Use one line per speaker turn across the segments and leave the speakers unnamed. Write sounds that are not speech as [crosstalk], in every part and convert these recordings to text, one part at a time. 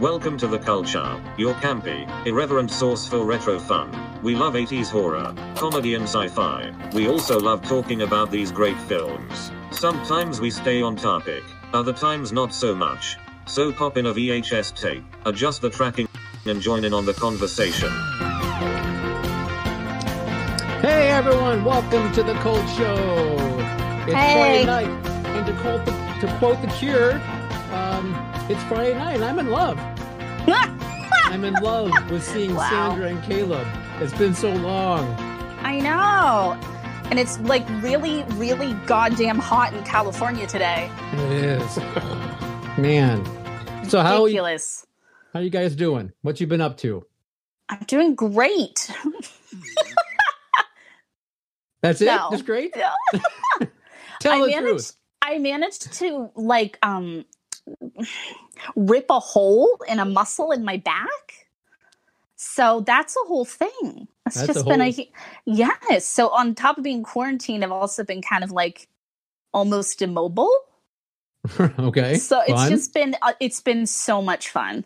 Welcome to The Culture, your campy, irreverent source for retro fun. We love 80s horror, comedy, and sci fi. We also love talking about these great films. Sometimes we stay on topic, other times not so much. So pop in a VHS tape, adjust the tracking, and join in on the conversation.
Hey everyone, welcome to the Cold Show. It's Friday
Hey.
night, and to quote the, to quote the Cure, um, it's Friday night, and I'm in
[laughs]
love. I'm in love with seeing
Wow.
Sandra and Caleb. It's been so long.
I know. And it's like really, really goddamn hot in California today.
It is, man. So how you,
Ridiculous.
how you guys doing? What you been up to?
I'm doing great.
That's it.
No.
Just great.
No.
[laughs]
[laughs]
Tell
I
the
managed-
truth.
I managed to like um rip a hole in a muscle in my back. So that's a whole thing.
That's
It's
a
just been a hu- yes. So on top of being quarantined, I've also been kind of like almost immobile.
[laughs] okay.
so it's
fun.
just been uh, it's been so much fun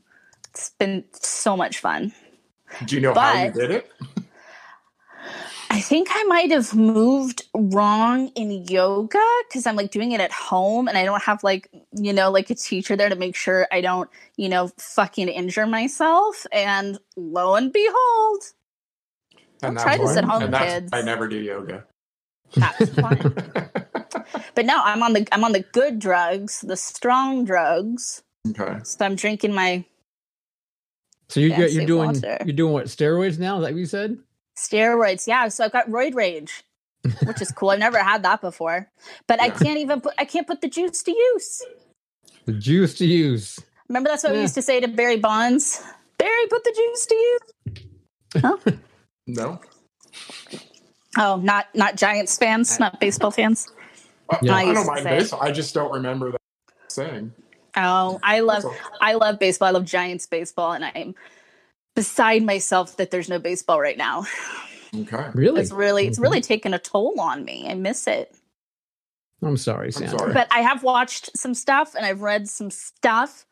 it's been so much fun
Do you know how you
But-
did it?
i think i might have moved wrong in yoga because i'm like doing it at home and i don't have like you know like a teacher there to make sure i don't you know fucking injure myself and lo and behold Don't
that's
try this
why-
at home,
and that's-
kids.
I never do yoga.
that's fun but no i'm on the i'm on the good drugs the strong drugs
okay.
so i'm drinking my
so you, you're
fancy
doing
water.
you're doing what steroids now? Is that what you said?
steroids yeah so i've got roid rage which is cool i've never had that before but i
Yeah.
can't even put i can't put the juice to use
The juice to use.
remember that's what we
Yeah.
used to say to barry bonds barry put the juice to use
No.
oh not not giants fans not baseball fans
I-
Yeah.
I,
I used
don't
to
mind
say.
baseball. I just don't remember that saying.
oh i love
That's all.
i love baseball i love giants baseball and i'm beside myself that there's no baseball right now
Okay.
Really? Mm-hmm.
it's really it's really taken a toll on me i miss it
I'm sorry,
I'm
Sandra.
sorry.
but I have watched some stuff and I've read some stuff.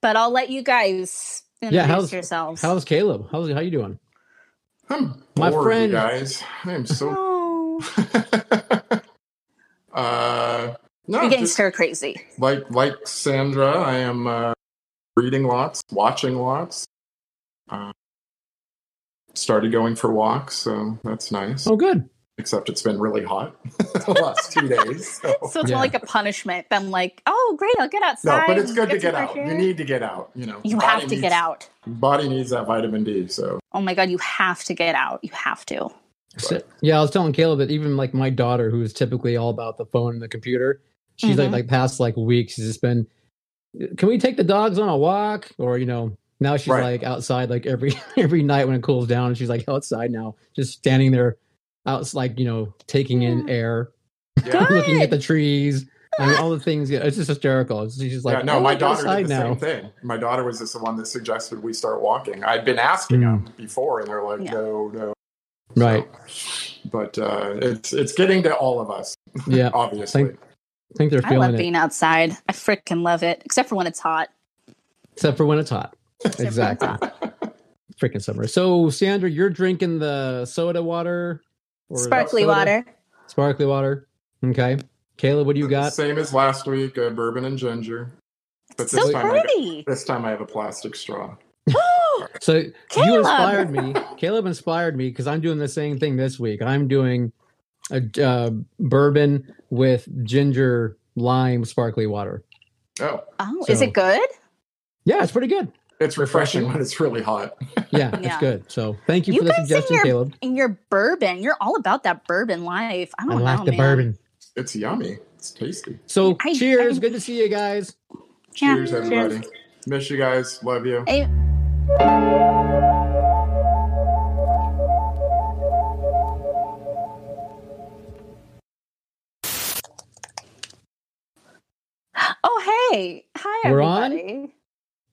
But I'll let you guys introduce
how's-
yourselves.
How's Caleb? How's how you doing?
I'm
My
bored,
friend-
you guys. I
[laughs]
am so. [laughs]
oh,
uh, no,
you're getting
just
stir crazy.
like like Sandra, I am uh, reading lots, watching lots. Uh, started going for walks, so that's nice.
Oh, good.
Except it's been really hot [laughs] the last two days. So.
[laughs] So it's
Yeah.
more like a punishment than like, oh, great, I'll get outside.
No, but it's
and
good to
some
get out.
fresh
You
air."
need to get out. You know,
You
Body
have to
needs-
get out.
Body needs that vitamin D. So
Oh my god, you have to get out. You have to.
So- yeah, I was telling Caleb that even like my daughter, who is typically all about the phone and the computer, she's like
Mhm.
Mm-hmm.
like past like weeks, she's just been. Can we take the dogs on a walk? Or you know, now she's
Right.
like outside like every [laughs] every night when it cools down, she's like outside now, just standing there, out like you know taking in
Yeah.
air, [laughs]
yeah,
looking at the trees. I mean, all the things. Yeah, it's just hysterical. She's just like, "Oh,
yeah, no,
"I
my
like
daughter
outside
did the same thing. My daughter was just the one that suggested we start walking. I'd been asking
Mm.
them before, and they're like,
Yeah.
no, no.
Right.
So, but uh, it's it's getting to all of us,
Yeah,
obviously.
Thank- I think they're
I love
feeling it,
being outside. I freaking love it, except for when it's hot.
except for when it's hot.
when it's
Exactly. freaking summer. So, Sandra, you're drinking the soda water, or the
Sparkly
soda-
water.
sparkly water. Okay, Kayla, what do you got?
Same as last week, uh, bourbon and ginger. But
so
this time, I got,
pretty.
this time I have a plastic straw. [laughs]
So you
Caleb!
inspired me. Caleb inspired me because I'm doing the same thing this week. I'm doing a uh, bourbon with ginger lime sparkly water.
Oh,
oh,
So-
is it good?
Yeah, it's pretty good.
it's refreshing when it's really hot.
Yeah, it's
Yeah.
good. So thank you,
You
for the
guys in
suggestion,
your-
Caleb.
And your bourbon. You're all about that bourbon life. I
I
don't know,
like the
Oh, man.
bourbon.
It's yummy. It's tasty.
So
I-
cheers.
I-
good to see you guys.
Yeah,
Cheers,
cheers.
everybody. Miss you guys. Love you.
Hey, Oh, hey. Hi,
We're on?
everybody.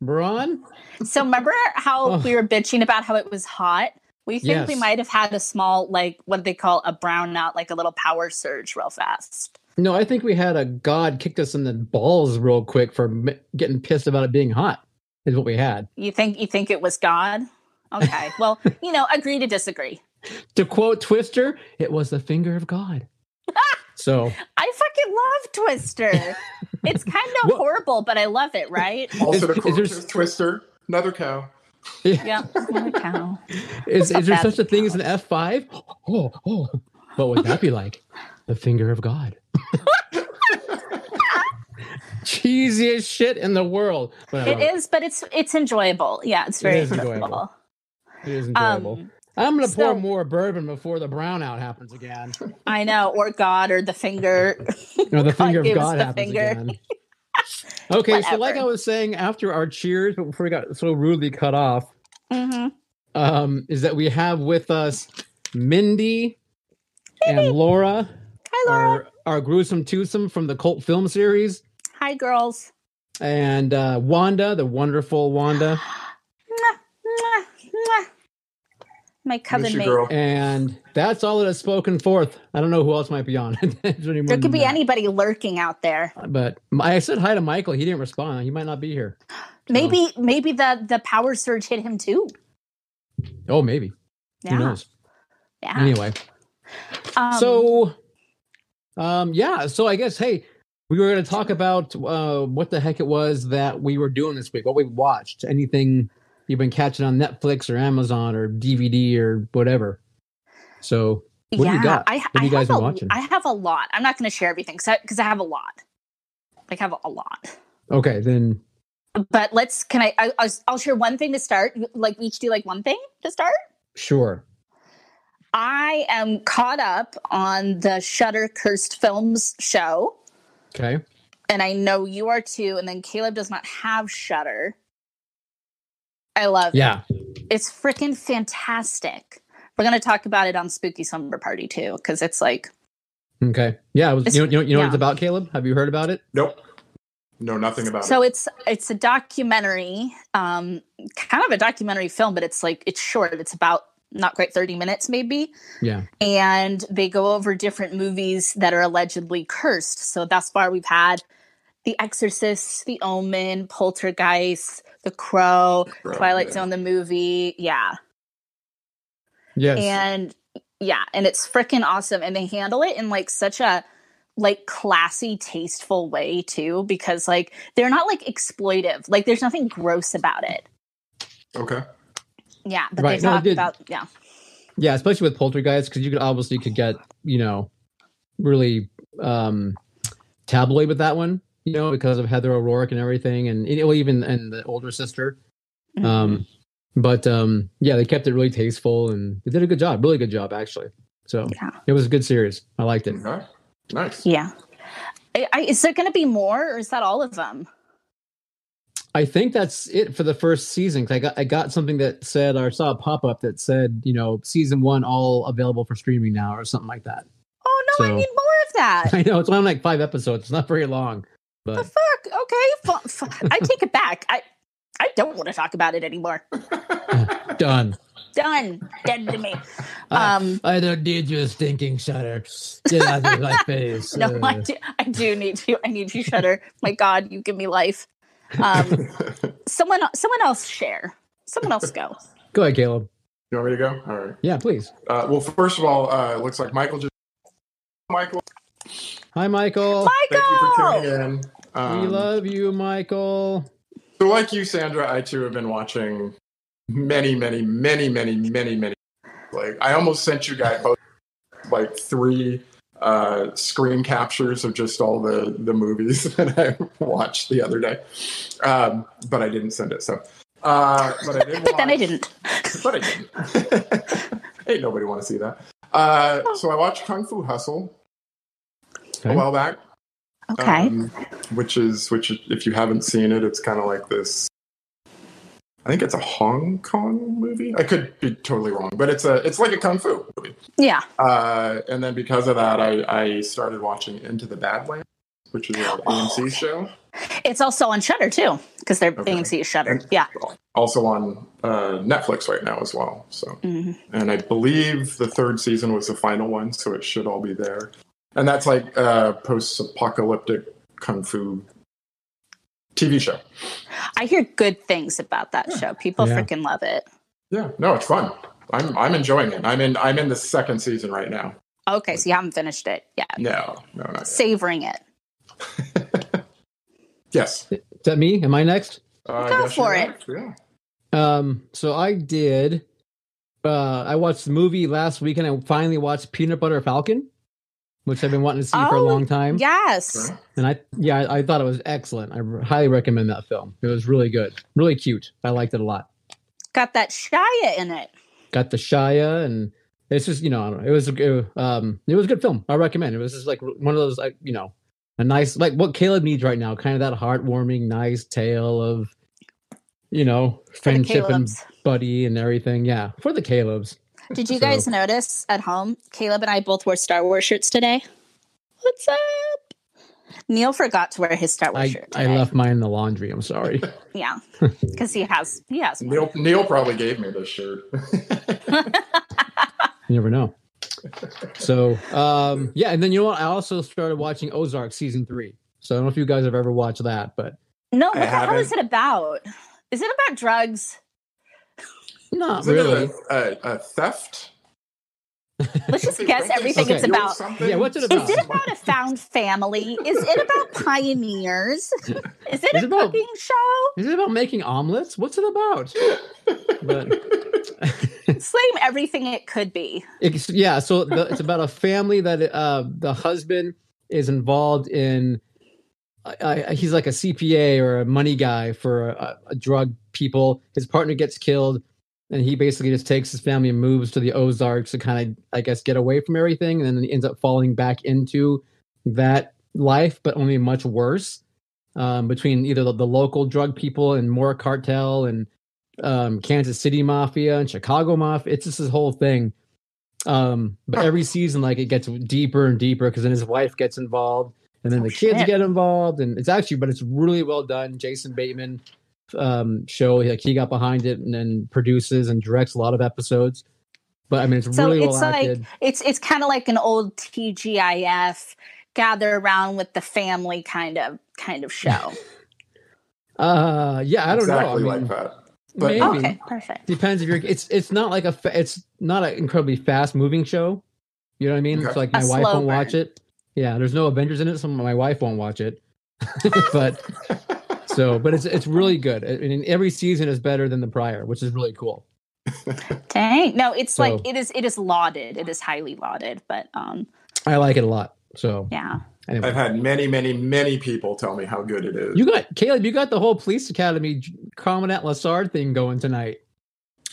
We're on.
So, remember how
Oh.
we were bitching about how it was hot? We think we
Yes.
might have had a small, like, what do they call a brownout, like a little power surge real fast.
No, I think we had a god kicked us in the balls real quick for m- getting pissed about it being hot. is what we had.
You think you think it was God? Okay.
[laughs]
Well, you know, agree to disagree.
To quote Twister, it was the finger of God.
[laughs]
so [laughs]
I fucking love Twister. it's kind
[laughs]
of
Well-
horrible, but I love it, right?
Also,
Is-
to
is
quote
there-
Twister, another cow.
Yeah. Holy cow.
is,
So
is there
bad.
such a thing as an F5? Oh, oh. What would that be like? The finger of
[laughs]
God. Cheesiest shit in the world. But I
It
love it.
is, but it's it's enjoyable. Yeah, it's very
is enjoyable.
enjoyable.
It is enjoyable.
Um,
I'm gonna pour
so-
more bourbon before the brownout happens again.
I know, or God, or
[laughs]
the finger.
No, the
God
finger of
gave us
God
the
happens
finger.
again.
[laughs]
Okay, so like
Whatever.
I was saying, after our cheers, but before we got so rudely cut off,
hmm
um, is that we have with us Mindy and Laura,
Hi, Laura.
our our gruesome twosome from the cult film series,
Hi, girls.
and uh, Wanda, the wonderful
[gasps]
Wanda,
Mwah, mwah, mwah. My
Miss
coven
you,
mate.
girl.
and that's all that has spoken forth. I don't know who else might be on. [laughs]
There
there
could be anybody lurking out there.
but I said hi to Michael. He didn't respond. He might not be here.
Maybe, maybe the the power surge hit him too.
Oh, maybe.
Yeah, Ah.
Who knows?
yeah.
Anyway,
Um,
so um yeah so i guess hey we were going to talk about uh what the heck it was that we were doing this week what we watched anything you've been catching on netflix or amazon or dvd or whatever so what do
yeah,
you got?
I,
do
I
you guys
have
been
a,
watching?
I have a lot. I'm not going to share everything because I, have a lot. Like I have a, a lot.
okay then
But let's can I, I I'll, I'll share one thing to start. Like we each do like one thing to start.
sure
I am caught up on the Shutter Cursed Films show,
okay
and I know you are too. And then Caleb does not have Shutter. I love
yeah
it. It's freaking fantastic. We're gonna talk about it on Spooky Slumber Party too, because it's like
okay yeah it was, you know, you know, you know what
Yeah.
it's about caleb have you heard about it
Nope. Know nothing about
so
it.
it's it's a documentary, um, kind of a documentary film, but it's like it's short. It's about not quite thirty minutes, maybe.
yeah
and they go over different movies that are allegedly cursed. So thus far, we've had The Exorcist, The Omen, Poltergeist, The Crow,
Crow,
Twilight
yeah.
Zone, the movie. Yeah.
yes
And yeah, and it's freaking awesome. And they handle it in like such a like classy, tasteful way too, because like they're not like exploitive. Like there's nothing gross about it.
Okay.
Yeah. But
Right,
they
no, it
talk
did-
about yeah.
Yeah, especially with poltergeists, because you could obviously could get you know really um tabloid with that one, you know, because of Heather O'Rourke and everything, and and- well, even and the older sister.
Mm-hmm.
Um, but um, yeah, they kept it really tasteful, and they did a good job, really good job actually. So
Yeah.
it was a good series. I liked it.
Okay. Nice.
yeah. I, I, is there going to be more, or is that all of them?
I think that's it for the first season. 'cause I got I got something that said or saw a pop up that said you know season one all available for streaming now or something like that. [laughs]
Oh no, I
So-
need more
[laughs]
of that.
I know it's only like five episodes. It's not very long,
the
but
[laughs] fuck? Okay, fu- fu- I take it back. I I don't want to talk about it anymore.
done.
Done, dead to me.
I-
Um,
I don't need your stinking shutter. Get out of
[laughs]
my face.
no, I do, I do need you. I need you, Shutter. My God, you give me life. Um,
[laughs]
someone, someone else share. Someone else go.
Go ahead, Caleb.
You want me to go? All right.
Yeah, please.
Uh, well, first of all, uh, it looks like Michael just. Michael,
Hi, Michael.
[laughs] thank you for
Michael.
tuning in.
we
Um,
love you, Michael.
so, like you, Sandra, I too have been watching many, many, many, many, many, many. Like, I almost sent you guys both like three uh, screen captures of just all the the movies [laughs] that I watched the other day, um, but I didn't send it. So, uh, but I did.
But [laughs] then I
watch-
didn't.
but I didn't. [laughs] Ain't nobody want to see that. Uh, so I watched Kung Fu Hustle
Okay.
a while back,
Okay.
um, which is which. If you haven't seen it, it's kind of like this. I think it's a Hong Kong movie. I could be totally wrong, but it's a it's like a kung fu movie.
yeah.
Uh, and then because of that, I, I started watching Into the Badlands, which is an AMC show.
It's also on Shutter too, because their
Okay.
AMC is Shutter. Yeah.
also on uh, Netflix right now as well. So,
Mhm.
and I believe the third season was the final one, so it should all be there. And that's like uh, post-apocalyptic kung fu TV show.
I hear good things about that show. People
Yeah.
freaking love it.
Yeah, no, it's fun. I'm I'm enjoying it. I'm in I'm in the second season right now.
Okay, so you haven't finished it yet.
No, no, not yet.
Savoring it.
yes.
Is that me? Am I next?
Uh, I
Go
guess
for
you're
it.
right,
Um, so I did. Uh, I watched the movie last week, and I finally watched Peanut Butter Falcon, which I've been wanting to see for a
Oh,
long time.
Yes.
Yeah.
And I, yeah, I, I thought it was excellent. I r- highly recommend that film. It was really good, really cute. I liked it a lot.
Got that Shia in it.
Got the Shia, and it's just you know, I don't know. It was a g- um, it was a good film. I recommend. It was just like one of those like you know, a nice like what Caleb needs right now, kind of that heartwarming, nice tale of, you know,
For the
friendship and
Caleb's.
buddy and everything. Yeah, for the Caleb's.
Did you
so-
guys notice at home? Caleb and I both wore Star Wars shirts today. What's up? Neil forgot to wear his Star Wars
I,
shirt.
I
today.
left mine in the laundry. I'm sorry.
Yeah,
[laughs]
because he has he has.
yeah. Neil Neil probably gave me this shirt.
You never know. So um, yeah, and then you know what? I also started watching Ozark season three. So I don't know if you guys have ever watched that, but
No, what
I
the hell is it
haven't.
about? Is it about drugs? Oh,
not
Isn't it
really.
a, a, a theft?
Let's [laughs] just guess everything
Okay.
it's about.
Yeah, what's it
Is
about?
it about a found family? Is it
[laughs]
about pioneers? Is it
Is
a
it about-
cooking show?
Is it about making omelets? What's it about? But
Slam everything it could be.
[laughs] it's, yeah, so the, it's about a family that uh, the husband is involved in. I, I, he's like a CPA or a money guy for uh, a, a drug people. His partner gets killed, and he basically just takes his family and moves to the Ozarks to kind of, I guess, get away from everything. And then he ends up falling back into that life, but only much worse. Um, between either the, the local drug people and more cartel and um, Kansas City mafia and Chicago mafia, it's just this whole thing. Um, but every season, like it gets deeper and deeper because then his wife gets involved, and then
Oh,
the kids
shit.
get involved, and it's actually, but it's really well done. Jason Bateman um, show, like he got behind it and then produces and directs a lot of episodes. But I mean, it's
So
really
it's
well
like-
acted.
It's it's kind of like an old TGIF gather around with the family kind of kind
[laughs]
of show.
Uh, yeah, I don't
exactly
know. I mean,
like that. but-
maybe.
okay, perfect.
depends if you're it's it's not like a fa- it's not an incredibly fast moving show you know what i mean it's
Okay.
like
A
my wife
slow
won't watch
burn.
it yeah there's no avengers in it so my wife won't watch it [laughs] but so but it's it's really good I mean, every season is better than the prior which is really cool
Dang. No, it's
So-
like it is it is lauded. It is highly lauded, but um
i like it a lot so
yeah.
I've
anyway
had many, many, many people tell me how good it is.
you got caleb you got the whole police academy J- commandant lassard thing going tonight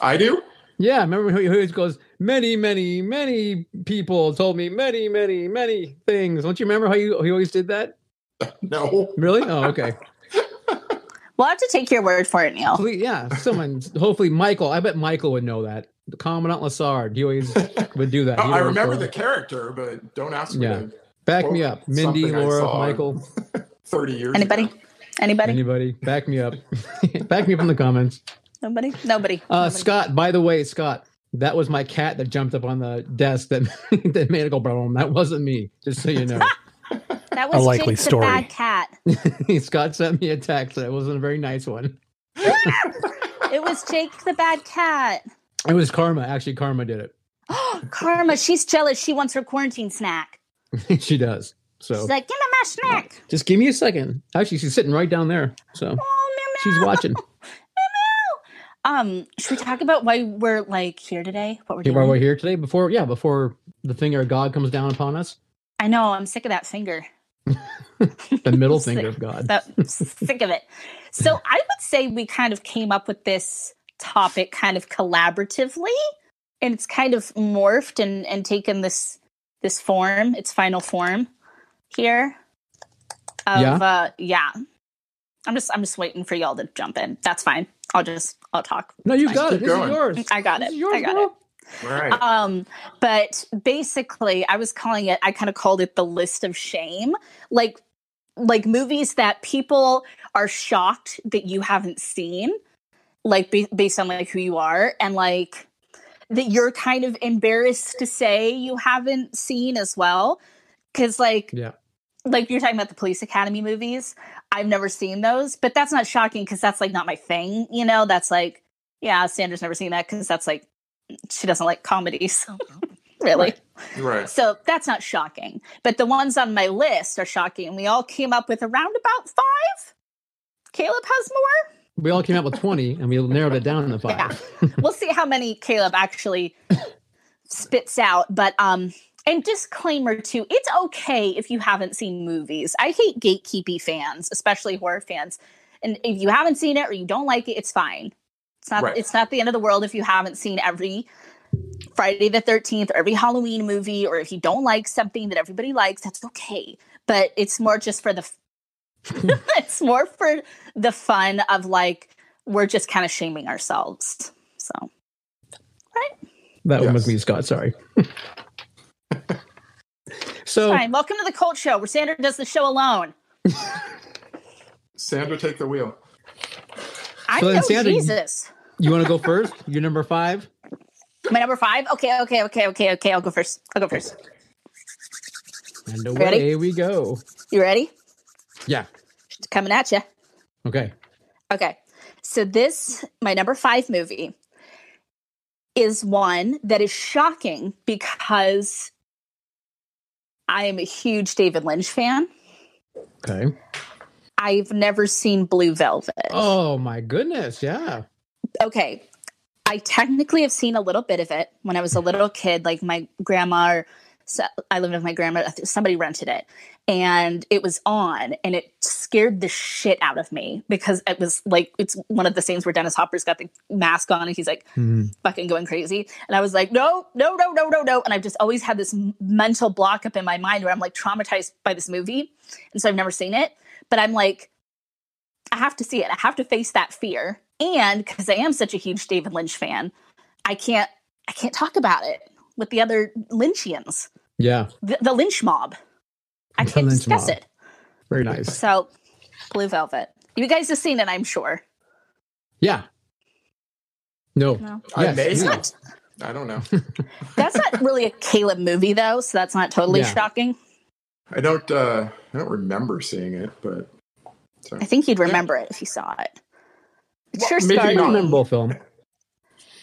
I do.
yeah remember who, who goes many many many people told me many many many things don't you remember how you he always did that
No.
really oh
[laughs]
okay
We'll have to take your word for it, Neil.
Please, yeah, someone. hopefully, Michael. I bet Michael would know that. The Commandant Lassard. He
[laughs]
always would do that. He'd
I
always
remember
go,
the character, but don't ask
Yeah.
me. to-
Back me up, Mindy,
Something I
Laura,
saw.
Michael,
Thirty years.
Anybody?
ago.
Anybody?
anybody. Back me up. [laughs] back me up in the comments.
Nobody? Nobody.
Uh,
Nobody.
Scott. By the way, Scott. That was my cat that jumped up on the desk that [laughs] that made it go boom. That wasn't me. Just so you
[laughs]
know, [laughs]
that was
likely
Jake
story.
the bad cat.
Scott sent me a text. That wasn't a very nice one.
It was Jake the bad cat. [gasps]
It was Karma. Actually, Karma did
Karma, she's jealous. She wants her quarantine snack.
it. [laughs] she does. So
She's like, give me my snack.
just give me a second. Actually, she's sitting right down there. So
Oh, meow,
she's
meow.
watching.
[laughs] Um, should we talk about why we're like here today? What we're
Okay,
doing?
why we're here today before yeah before the finger of god comes down upon us
I know. I'm sick of that finger.
the
[laughs]
middle finger of god
that sick of it. So I would say we kind of came up with this topic kind of collaboratively, and it's kind of morphed and and taken this this form, its final form here. Of,
Yeah.
Uh, yeah. I'm just I'm just waiting for y'all to jump in. That's fine. I'll just I'll talk.
no you got it
Keep
this is
going.
yours
I got
This
it.
is yours,
I got
bro.
it.
Right.
Um, but basically, I was calling it. I kind of called it the list of shame, like like movies that people are shocked that you haven't seen, like ba- based on like who you are, and like that you're kind of embarrassed to say you haven't seen as well, because like
Yeah.
like you're talking about the police academy movies. I've never seen those, but that's not shocking because that's like not my thing. You know, that's like, yeah, Sandra's never seen that because that's like she doesn't like [laughs] comedies, really.
Right.
So that's not shocking. But the ones on my list are shocking. and We all came up with around about five. Caleb has more.
We all came out with 20 and we narrowed it down to five.
we'll see how many Caleb actually spits out. But um, and disclaimer too, it's okay if you haven't seen movies. I hate gatekeepy fans, especially horror fans. And if you haven't seen it or you don't like it, it's fine. It's not
Right.
it's not the end of the world if you haven't seen every Friday the 13th or every Halloween movie or if you don't like something that everybody likes, that's okay. But it's more just for the f- [laughs] it's more for the fun of like we're just kind of shaming ourselves. So
That one was
Yes.
me, Scott. Sorry. [laughs] so
fine. Welcome to the cult show where Sandra does the show alone.
Sandra, take the wheel.
I
So then,
know
Sandra, you-
Jesus.
you want to go first? You're number five.
My number five. Okay, okay, okay, okay, okay. I'll go first. I'll go first.
And away
Ready?
we go.
You ready?
Yeah.
It's coming at you.
Okay.
Okay. So this, my number five movie, is one that is shocking because I am a huge David Lynch fan.
Okay.
I've never seen Blue Velvet.
Oh my goodness. Yeah.
okay i technically have seen a little bit of it when i was a little kid like my grandma or so i lived with my grandma I think somebody rented it and it was on and it scared the shit out of me because it was like it's one of the scenes where dennis hopper's got the mask on and he's like
Hmm.
fucking going crazy. And I was like, no, no, no, no, no, no. And I've just always had this m- mental block up in my mind where I'm like traumatized by this movie. And so I've never seen it. But I'm like, I have to see it. I have to face that fear. And because I am such a huge David Lynch fan, I can't I can't talk about it with the other Lynchians,
Yeah.
the, the Lynch mob. I
The
can't
Lynch
discuss
mob.
it.
Very nice.
So Blue Velvet. You guys have seen it, I'm sure.
Yeah. No.
No.
I
Yes,
[laughs]
may
you-
have. I don't know.
That's not really a Caleb movie though, so that's not totally
Yeah.
shocking.
I don't. Uh, I don't remember seeing it, but
I think you'd remember it if you saw it. It's
Well,
sure
maybe
Very
scarring.
not.
memorable film.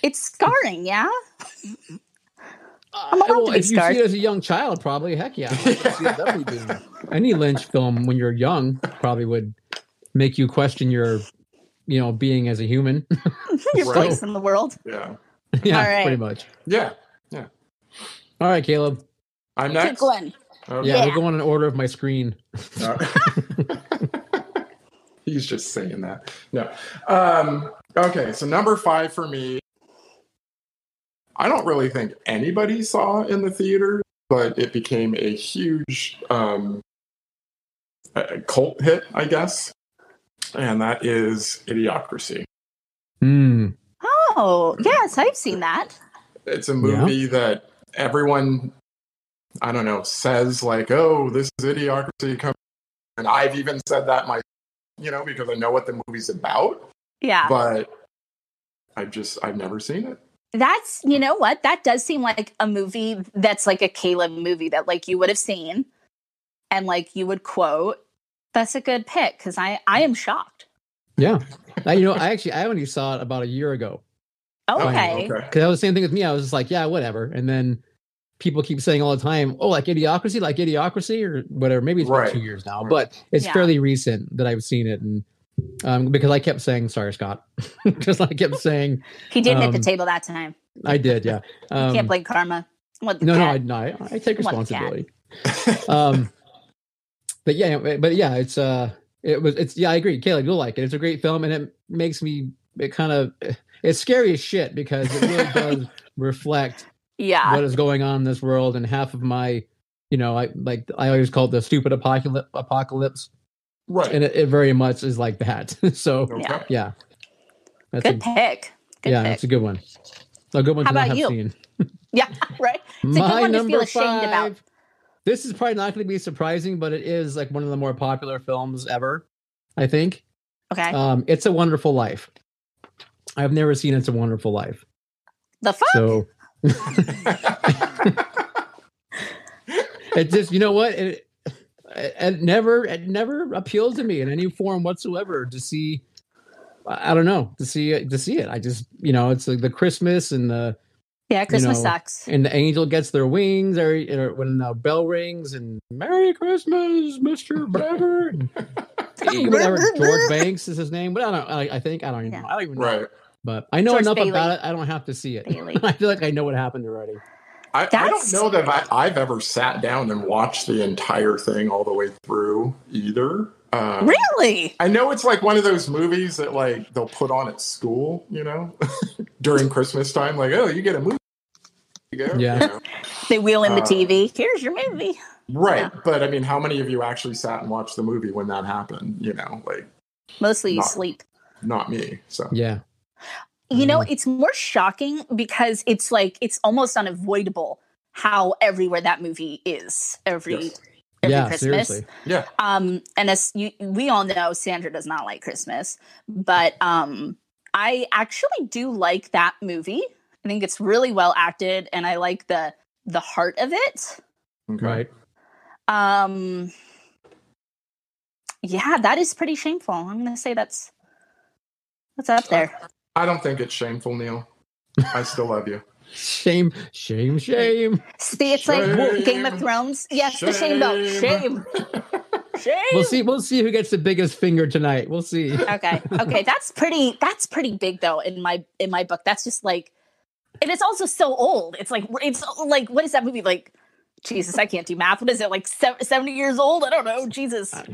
It's scarring,
[laughs]
yeah?
I'm
allowed to be
Uh, if you
scarred.
see it as a young child, probably heck [laughs] yeah. I could see it definitely being- Any Lynch film when you're young probably would make you question your, you know, being as a human. [laughs]
Your
Right.
place in the world.
yeah,
yeah,
All right.
pretty much.
yeah.
All right, Caleb.
I'm
To
next.
Glenn.
Okay.
Yeah,
Yeah.
we're going in order of my screen.
Uh, [laughs] He's just saying that. No. Um, okay, so number five for me. I don't really think anybody saw in the theater, but it became a huge um, uh, cult hit, I guess. And that is Idiocracy.
Hmm.
Oh, yes, I've seen that.
It's a movie that everyone, I don't know, says like, "Oh, this is Idiocracy," coming," and I've even said that my, you know, because I know what the movie's about.
Yeah.
but I've just I've never seen it.
That's, you know what? That does seem like a movie that's like a Caleb movie that like you would have seen and like you would quote. That's a good pick because I, I am shocked.
Yeah. Now, you know, I actually I only saw it about a year ago.
Oh,
Okay.
Because that was the same thing with me. I was just like, yeah, whatever. And then people keep saying all the time, oh, like idiocracy, like idiocracy, or whatever. Maybe it's
Right.
been two years now,
Right.
but it's
Yeah.
fairly recent that I've seen it. And um, because I kept saying, sorry, Scott, [laughs] because I kept saying,
He did hit the
Um,
table that time.
I did, yeah.
You
Um,
can't blame karma. What the
no, no,
cat.
I, no, I, I take
Come on, Cat.
responsibility. um, [laughs] but yeah, but- but yeah, it's uh, it was, it's yeah, I agree, Caleb, you'll like it. It's a great film, and it makes me, it kind of, it's scary as shit because it really
[laughs]
does reflect
yeah.
what is going on in this world and half of my you know i like i always call it the stupid apocalypse apocalypse
Right.
and it, it very much is like that [laughs] so
Okay.
Yeah.
yeah that's
Good
a,
pick. Good
yeah
pick.
that's a good one a good one
How
to not have
about you?
seen
yeah. Right. It's a good
my
one to feel
number
ashamed about.
five this is probably not going to be surprising but it is like one of the more popular films ever i think
Okay.
um it's a wonderful life i've never seen it's a wonderful life
the fuck?
so it just you know what it it, it never it never appealed to me in any form whatsoever to see I I don't know to see it to see it. I just you know it's like the Christmas and the
Yeah, Christmas
know,
sucks.
and the angel gets their wings or, or when the bell rings and Merry Christmas, Mister
[laughs]
Whatever.
[laughs]
and whatever George Banks is his name, but I don't. I, I think I don't even.
Yeah.
know. I don't even know.
[laughs] Right.
But I know
George
enough
Bailey.
about it. I don't have to see it.
Bailey.
[laughs] I feel like I know what happened already.
I, I don't
That's-
know that I, I've ever sat down and watched the entire thing all the way through either. Uh,
Really?
I know it's like one of those movies that like they'll put on at school, you know, [laughs] during Christmas time. Like, oh, you get a movie. You go, you
Yeah.
know.
They wheel in the
Uh,
TV. Here's your movie.
Right.
Yeah.
But I mean, how many of you actually sat and watched the movie when that happened? You know, like
Mostly you
not-
sleep.
not me. So
Yeah.
You
Mm-hmm.
know, it's more shocking because it's like it's almost unavoidable how everywhere that movie is every
Yes.
every
yeah.
Christmas.
Seriously.
yeah.
Um and as you, we all know Sandra does not like Christmas, but um I actually do like that movie. I think it's really well acted and I like the the heart of it.
Okay.
Right.
Um Yeah, that is pretty shameful. I'm going to say that's that's up there.
I don't think it's shameful, Neil. I still love you.
Shame. Shame. Shame.
See, it's
Shame.
like Game of Thrones. Yes, the shame belt. Shame. Shame.
We'll see. We'll see who gets the biggest finger tonight. We'll see. [laughs]
Okay. Okay. That's pretty that's pretty big though in my in my book. That's just like and it's also so old. It's like it's like what is that movie like Jesus, I can't do math. What is it like sev- 70 years old? I don't know. Jesus. Older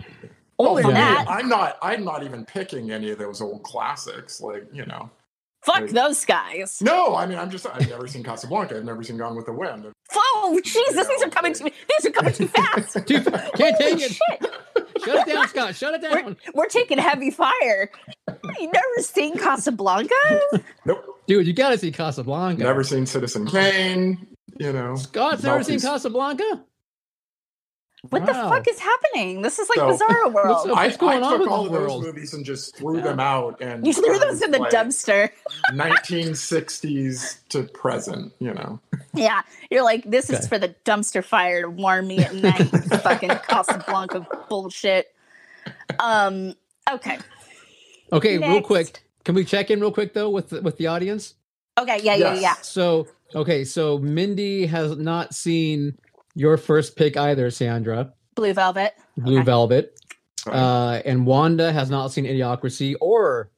Oh, yeah.
than that.
I'm not. I'm not even picking any of those old classics. Like you know.
Fuck those guys.
No, I mean, I'm just. I've never seen Casablanca. I've never seen Gone with the Wind.
[laughs]
Oh, Jesus, these are coming to me. These are coming too fast.
Too fa- Can't
Holy
take it.
shit.
Shut it down, Scott. Shut it down,
We're taking heavy fire. You never seen Casablanca?
Nope.
dude. You gotta see Casablanca.
Never seen Citizen Kane. You know.
Scott's never seen
Maltese.
Casablanca.
What the
Wow.
fuck is happening? This is like
So-
Bizarro
What's
World.
up?
I,
What's going
I
on
took
with
all
the
of those
world?
movies and just threw
Yeah.
them out and
You threw those in the [laughs]
like, [laughs]
dumpster.
1960s to present. You know.
Yeah. You're like, this
Okay.
is for the dumpster fire to warm me at night.
[laughs]
fucking Casablanca bullshit. Um, okay.
Okay, real
Next.
quick. Can we check in real quick though with the, with the audience?
Okay, yeah, yeah,
Yes.
yeah.
So okay, so Mindy has not seen your first pick either, Sandra.
Blue Velvet.
Blue
Okay.
Velvet.
All right.
Uh, and Wanda has not seen Idiocracy or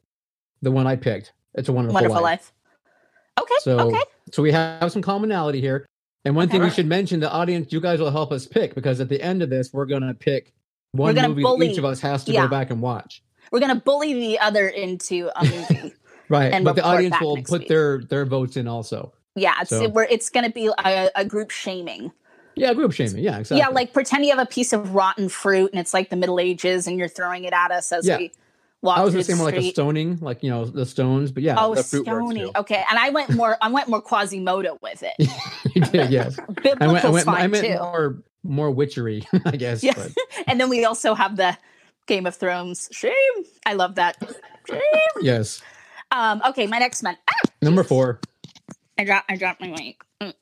the one I picked. It's a wonderful,
Wonderful
life.
life. Okay,
So
okay.
so we have some commonality here. And one thing we
Okay.
should mention, the audience, you guys will help us pick because at the end of this, we're gonna pick one
gonna
movie
bully-
that each of us has to
yeah.
go back and watch.
We're gonna bully the other into
[laughs]
a movie.
Right.
And
but the
report
audience
back
will
next
put
week.
their their votes in also.
yeah, it's
So-
we're, it's gonna be a, a group shaming.
Yeah, group shaming. Yeah, exactly.
Yeah, like pretend you have a piece of rotten fruit and it's like the Middle Ages and you're throwing it at us as
Yeah.
we walk
I was
through
just
the
saying more like a
street.
stoning, like you know the stones, but yeah, [laughs]
Oh,
the fruit works
stony.
too.
Okay, and I went more. I went more Quasimodo with it.
You did,
[laughs]
yes. I
Biblical's
went, I went,
fine
I meant
[laughs] too.
more more witchery, [laughs] I guess.
Yeah.
But
And then we also have the Game of Thrones. Shame. I love that. Shame. [laughs]
yes,
Um, okay, my next one. Ah,
number four.
I dropped. I dropped my mic. Mm.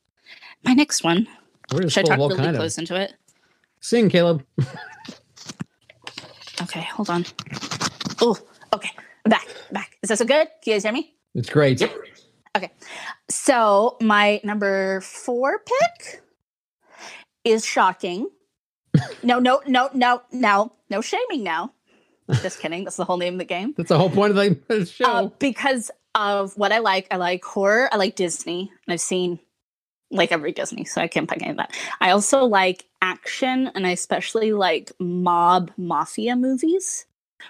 My next one.
We're just
Should
full
I talk
of all
really
kind
close into it?
of sing, Caleb.
Okay, hold on. Oh, okay. Back, back. Is this so good? Can you guys hear me?
It's great.
So my number four pick is shocking. No, no, no, no, no, no shaming now. Just kidding. That's the whole name of the game.
That's the whole point of the [laughs] show.
Uh, because of what I like, I like horror. I like Disney, and I've seen like every Disney, so I can't pick any of that. I also like action, and I especially like mob mafia movies.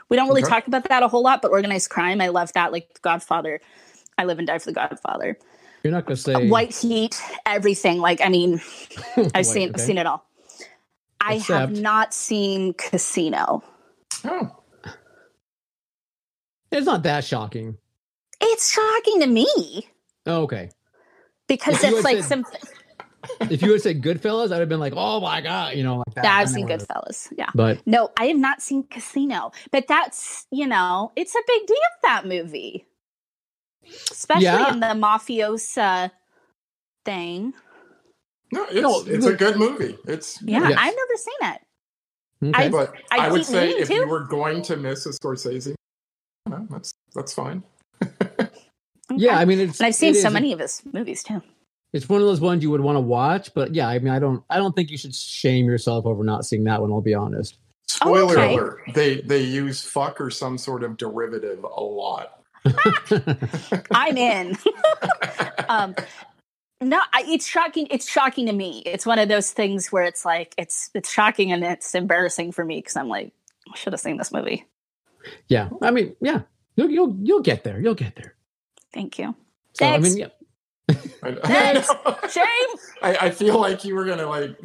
We don't really
Okay.
talk about that a whole lot, but organized crime, I love that. Like The Godfather, I live and die for The Godfather.
You're not gonna say [laughs]
White Heat, everything. Like I mean, I've
White,
seen I've
okay?
seen it all. I have
Except-
not seen Casino.
Oh,
It's not that shocking.
It's shocking to me
Oh, okay.
because
If you
it's
had
like
said-
something
If you would say Goodfellas, I'd have been like, oh my god, you know, like that.
that I've
I
seen
never-
Goodfellas. Yeah.
But
No, I have not seen Casino, but that's you know, it's a big deal that movie, especially
Yeah.
in the mafiosa thing.
no, it's,
No,
it's a good movie. It's
Yeah,
Yes.
I've never seen it.
Okay.
I-
But
I
I, would
keep
say
meaning
if
to.
you were going to miss a Scorsese, no, that's that's fine.
yeah,
Okay.
I mean, it's,
and I've seen
it
so
is-
many of his movies
[laughs]
too.
It's one of those ones you would want to watch, but yeah, I mean, I don't, I don't think you should shame yourself over not seeing that one. I'll be honest.
Spoiler
Oh, okay.
alert: they they use fuck or some sort of derivative a lot.
I'm in. [laughs] um, no, I, it's shocking. It's shocking to me. It's one of those things where it's like it's it's shocking and it's embarrassing for me because I'm like I should have seen this movie.
yeah, I mean, yeah, you'll, you'll, you'll get there. You'll get there.
Thank you,
So, I
Thanks.
mean, yeah,
I, [laughs]
Thanks.
I,
Shame.
[laughs]
I, feel like [laughs] you were gonna like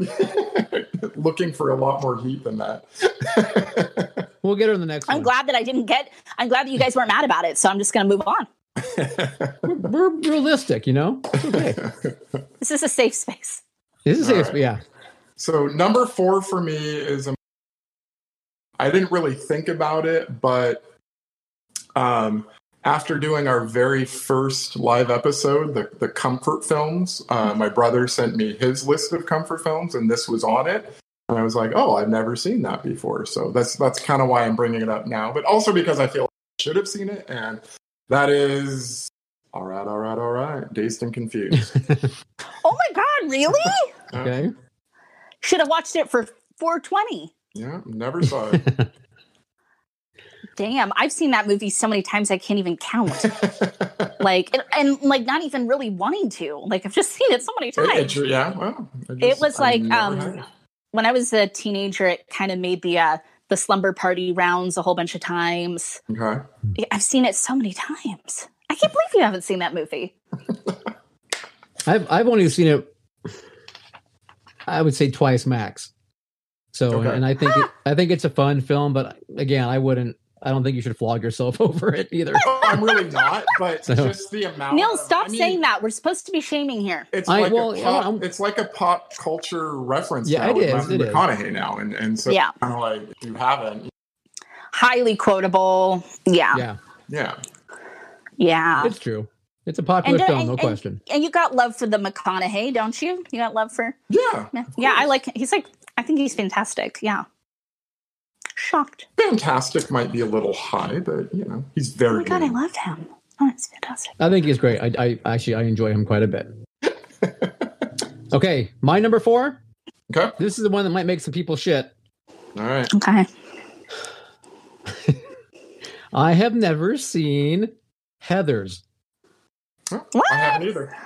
looking for a lot more heat than that. [laughs]
we'll get her in the next
I'm
one.
glad that I didn't get. I'm glad that you guys weren't mad about it. So I'm just gonna move on.
We're, we're realistic, you know. It's
[laughs]
okay.
This is a safe space.
This is
All
safe,
right.
yeah.
So number four for me is um, I didn't really think about it, but um, after doing our very first live episode, the, the comfort films, uh, my brother sent me his list of comfort films, and this was on it. And I was like, oh, I've never seen that before. So that's that's kind of why I'm bringing it up now, but also because I feel like I should have seen it, and that is all right, all right, all right, dazed and confused.
Oh my god, [laughs] really?
Okay. [laughs]
Should have watched it for 420.
Yeah, never saw it.
Damn, I've seen that movie so many times I can't even [laughs] count. like and, and like not even really wanting to. Like I've just seen it so many
It-
times.
it drew- yeah, well, I
It was
I
like,
never
um,
had it.
when I was a teenager, it kind of made the uh, the slumber party rounds a whole bunch of times.
okay.
Yeah, I've seen it so many times. I can't believe you haven't seen that movie.
I've I've only seen it. I would say twice max. So,
Okay.
and I think
[gasps]
it, I think it's a fun film, but again, I wouldn't. I don't think you should flog yourself [laughs] over it
[laughs]
either.
Oh, I'm really not,
[laughs]
but
So-
just the amount.
Neil,
of-
stop
I mean,
saying that. We're supposed to be shaming here.
It's
I-
like
well,
a
yeah,
pop,
I'm-
it's like a pop culture reference.
Yeah,
now
it
with
is,
Matthew
it is.
McConaughey now, and and so
Yeah.
kind of like if you haven't,
Highly quotable. Yeah, yeah.
Yeah,
yeah,
it's true. It's a popular
And then-
film,
and-
no
and-
question.
And you got love for the McConaughey, don't you? You got love for
yeah,
yeah. yeah I like. He's like. I think he's fantastic. Yeah. Shocked.
fantastic might be a little high, but you know he's
Oh
very
my god, I
good.
love him. Oh, it's fantastic.
I think he's great. I, I actually I enjoy him quite a bit. okay, my number four.
Okay,
This is the one that might make some people shit.
all right.
Okay.
I have never seen Heather's.
Well,
What?
I haven't either.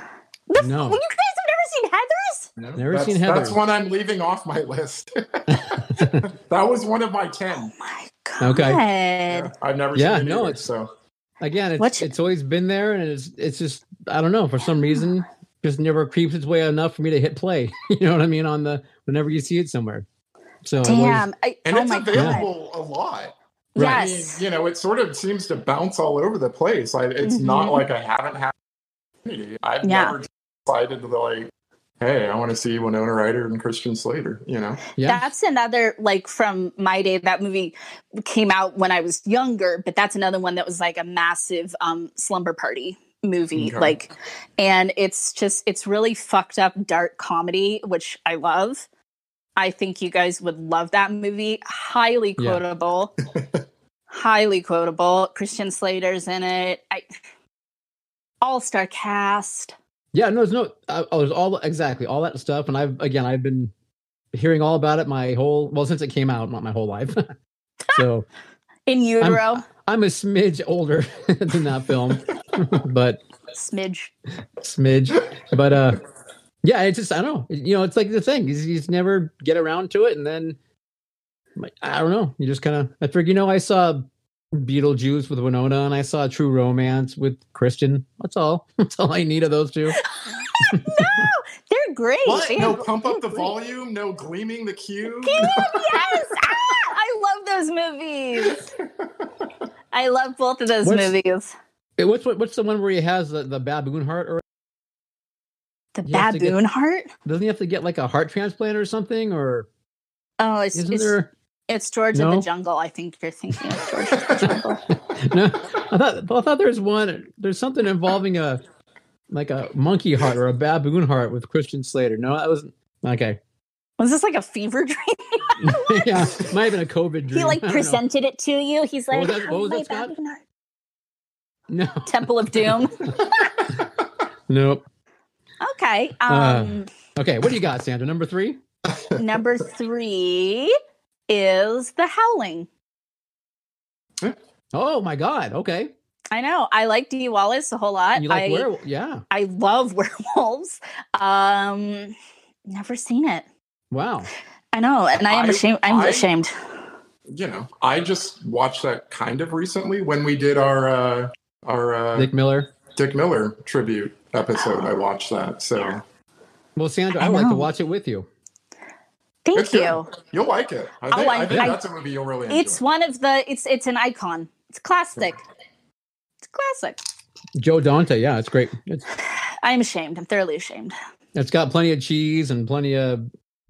The-
No.
You guys have never seen Heather's?
No,
Never
that's,
seen
That's
Heather.
one I'm leaving off my list. [laughs] that was one of my ten.
My God.
Okay.
Yeah, Uh, I've never
Yeah,
seen it.
no,
either,
it's-
so
Again, it's
What's-
it's always been there, and it's it's just I don't know for some reason just never creeps its way enough for me to hit play. [laughs] you know what I mean? On the whenever you see it somewhere. So I've always-
Damn. I,
and
oh
it's
my
available a lot.
God.
Right.
Yes.
I mean, you know, it sort of seems to bounce all over the place. Like it's
Mhm.
not like I haven't had. opportunity. I've
Yeah.
never decided to like, hey, I want to see Winona Ryder and Christian Slater. You know,
yeah,
That's another like from my day. That movie came out when I was younger, but that's another one that was like a massive um, slumber party movie.
Okay.
Like, and it's just it's really fucked up dark comedy, which I love. I think you guys would love that movie. Highly
Yeah. [laughs]
quotable. Highly quotable. Christian Slater's in it. I all star cast.
yeah. No, there's no. I, I was all exactly all that stuff, and I've again I've been hearing all about it my whole well since it came out, not my whole life. [laughs] so
In utero.
[laughs] I'm a smidge older [laughs] than that film, [laughs] but
Smidge.
smidge. But uh, yeah, it's just I don't know. You know, it's like the thing is you just never get around to it, and then like, I don't know. You just kind of I figure you know I saw Beetlejuice with Winona, and I saw True Romance with Christian. That's all. [laughs] That's all I need of those two.
They're great.
what?
They
No,
have-
pump up the
Great.
volume. No, gleaming the cue.
yes, Ah, I love those movies. I love both of those
What's-
movies.
Hey, What's what, what's the one where he has the, the baboon heart, or
The
You have to get-
Baboon Heart.
doesn't he have to get like a heart transplant or something? Or
Oh, it's
isn't
it's,
there?
it's George of
No?
the Jungle. I think you're thinking of George of the Jungle.
No, [laughs] I thought I thought there's one. There's something involving a
[laughs]
like a monkey heart or a baboon heart with Christian Slater. No, that was okay. [laughs]
Was this like a fever dream? [laughs]
yeah, it might have been a COVID dream.
He like
I don't know.
presented it to you. He's
What
like,
was that- what was
"My
that, Scott?
body not-"
No,
Temple of Doom.
[laughs] nope.
Okay.
Uh.
Um,
Okay, what do you got, Sandra? Number three.
number three is The Howling.
Oh my God. Okay,
I know. I like Dee Wallace a whole lot.
you like
I,
where? Yeah.
I love [laughs] werewolves. Um, never seen it.
Wow.
I know, and I am
I-
ashamed. I'm
I-
ashamed.
[laughs] you know, I just watched that kind of recently when we did our uh, our uh,
Nick Miller.
Dick Miller tribute episode.
[gasps]
I watched that, so
Well, Sandra,
I
I would like to
know.
watch it with you.
Thank
It's good.
you.
you'll like it. I
Oh,
think, I,
I-
think
I-
that's a movie you'll really enjoy.
It's one of the. It's it's an icon. It's classic. It's classic.
Joe Dante. Yeah, it's great. It's
I'm ashamed. I'm thoroughly ashamed.
it's got plenty of cheese and plenty of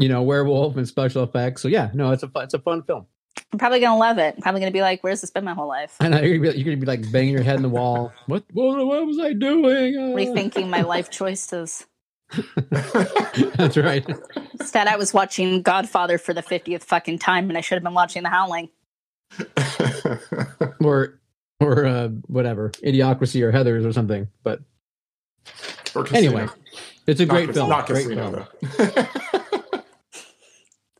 you know werewolf and special effects. So yeah, no, it's a fun, it's a fun film.
I'm probably gonna love it. I'm probably gonna be like, "Where's this been my whole life?"
[laughs] I know you're gonna be, you're gonna be like banging your head in the wall. What what, what was I doing? Uh,
Rethinking my life choices.
[laughs] That's right.
Instead, I was watching Godfather for the fiftieth fucking time, and I should have been watching The Howling.
[laughs]
Or or uh, whatever, idiocracy or Heather's or something. But
Or Casino.
anyway, it's a
Not
great
Cas-
film.
Not
great
Casino,
film.
though. [laughs]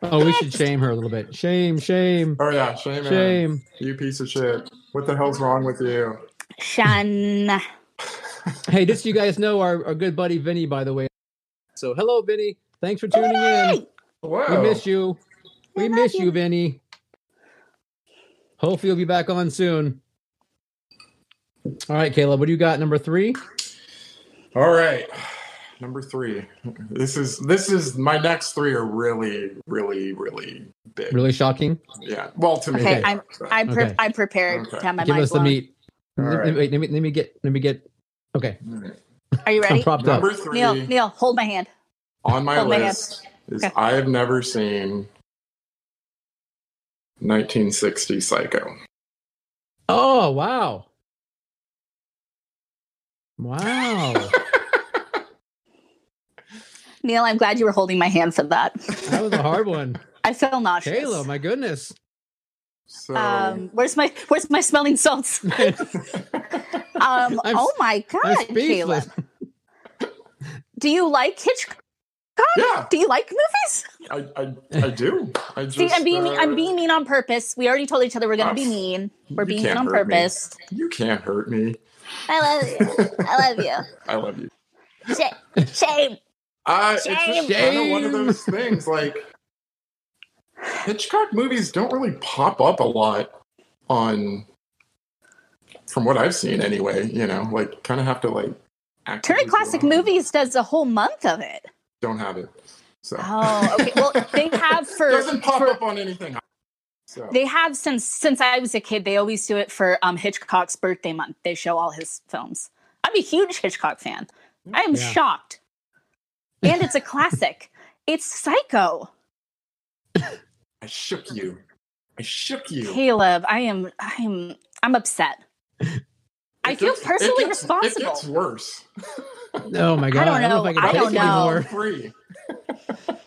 Oh, we should shame her a little bit. Shame, shame,
oh yeah, shame, man.
shame.
You piece of shit. What the hell's wrong with you?
Shun.
Hey, just so you guys know, our, our good buddy Vinny, by the way. So hello, Vinny. Thanks for tuning in. We
Whoa.
miss you. We
love
miss
you.
you, Vinny. Hopefully, you'll be back on soon. All right, Caleb, what do you got? Number three?
All right. [sighs] Number three. This is this is my next three are really, really, really big.
Really shocking.
Yeah. Well to me.
Okay,
they
I'm-
are, but-
I pre-
Okay.
I prepared
Okay.
to have my
Give
mind
us
blown.
the meat.
All
Let-
right.
Wait, let me let me get let me get. Okay,
Are you
I'm
ready?
propped up.
Number three
Neil, Neil, hold my hand.
on my
oh my God.
list is
Okay.
I have never seen 1960 Psycho.
Oh wow, wow!
Neil, I'm glad you were holding my hand for that.
that was a hard
[laughs]
one,
I feel nauseous.
Caleb. My goodness.
[laughs] So
Oh.
um, where's my where's my
[laughs]
smelling salts?
I'm
Um,
I'm
oh my god, Caleb.
speechless.
Do you like Hitchcock?
Yeah.
Do you like movies?
I, I I do. I just
See, I'm being
uh,
I'm being mean on purpose. We already told each other we're gonna be
Oh,
mean. We're
you
being mean
can't
on
hurt me.
purpose.
you can't hurt me.
I love you. I love you.
I love you. [laughs]
Shame. Shame.
Uh, it's just
Shame.
kind of one of those things. Like Hitchcock movies don't really pop up a lot on, from what I've seen anyway. You know, like kind of have to like.
Turner
actively go
Classic
out.
Movies does a whole month of it.
don't have it. So
Oh, okay. Well,
[laughs]
they have for
doesn't pop
for-
up on anything. So
They have since since I was a kid. They always do it for um, Hitchcock's birthday month. They show all his films. I'm a huge Hitchcock fan. I am
Yeah.
shocked, and
[laughs]
it's a classic. It's Psycho,
I shook you. I shook you.
Caleb. I am I am I'm upset. I
It
feel
gets- it
personally
gets- It
responsible.
gets worse.
Oh my god!
don't know. I
take
don't
it
know.
anymore.
Free.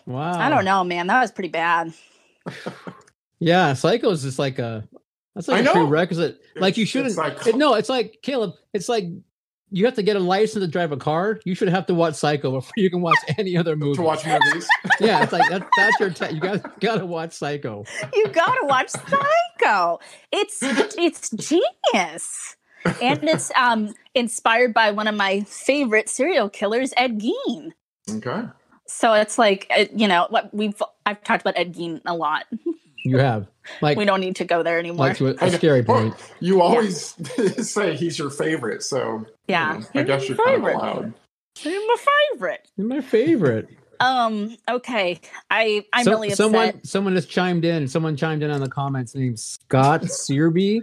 Wow.
I don't know, man. That was pretty bad.
Yeah, psycho is just like a that's
I
like
know.
a prerequisite. like you
It's-
shouldn't.
it's like-
it- no, it's like Caleb. It's like you have to get a license to drive a car. You should have to watch Psycho before you can watch [laughs] any other movie.
To
[laughs]
watch movies.
Yeah, it's like that, that's your te- you guys gotta watch Psycho.
You gotta watch Psycho. It's it's genius, and it's um inspired by one of my favorite serial killers, Ed Gein.
okay.
So it's like uh, you know what we've I've talked about Ed Gein a lot.
You have like
We don't need to go there anymore.
like to a,
I
a
know.
scary point.
Well, you always [laughs] say he's your favorite, so
yeah,
you know, I guess
He's
you're
my
kind of
favorite.
allowed.
He's my favorite.
You're my favorite.
Um. Okay. I [laughs] I'm
So-
really upset.
Someone someone has chimed in. Someone chimed in on the comments. Named Scott Searby.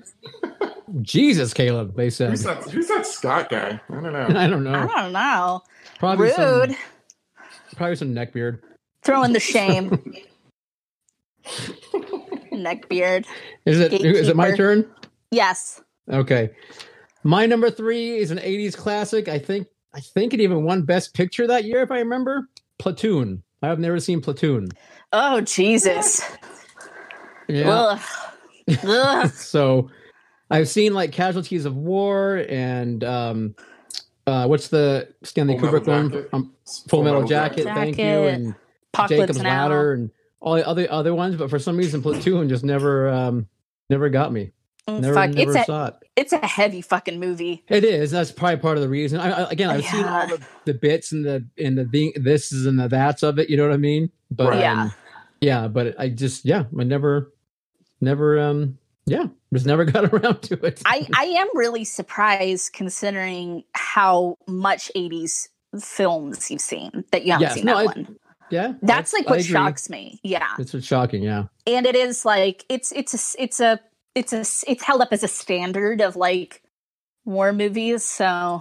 Jesus, Caleb. They said. [laughs]
Who's that? Who's that Scott guy? I don't know.
I don't
I
know.
don't know.
Probably
Rude.
Oh. some probably some neckbeard.
Throwing the shame. Neckbeard.
Is it is it my
Gatekeeper.
turn?
Yes.
Okay. My number three is an 80s classic. I think I think it even won Best Picture that year, if I remember. Platoon. I have never seen Platoon.
Oh Jesus. Ugh. Ugh.
so I've seen like Casualties of War and um, uh, what's the Stanley
Full Metal
Kubrick one?
Jacket.
Um, Full Metal Jacket.
Jacket.
Thank you.
Jacket.
And
Apocalypse
Jacob's
Now.
Ladder and all the other other ones. But for some reason, Platoon just never um, never got me.
Mm,
Never,
Fuck,
never
it's a
saw it.
it's a heavy fucking movie.
It is. That's probably part of the reason. I, I, again, I've seen all the, the bits and the and the thing, this is and the that's of it. You know what I mean? But
Right.
Yeah.
um, yeah. But I just yeah, I never, never um, yeah, just never [laughs] got around to it.
I, I am really surprised considering how much 80s films you've seen that you haven't
Yes,
seen
no,
that
I-
one.
yeah,
That's
I-
like
I
what
agree.
shocks me. Yeah.
It's what's shocking. Yeah,
And it is like it's it's a s- it's a it's a s- it's held up as a standard of like war movies, so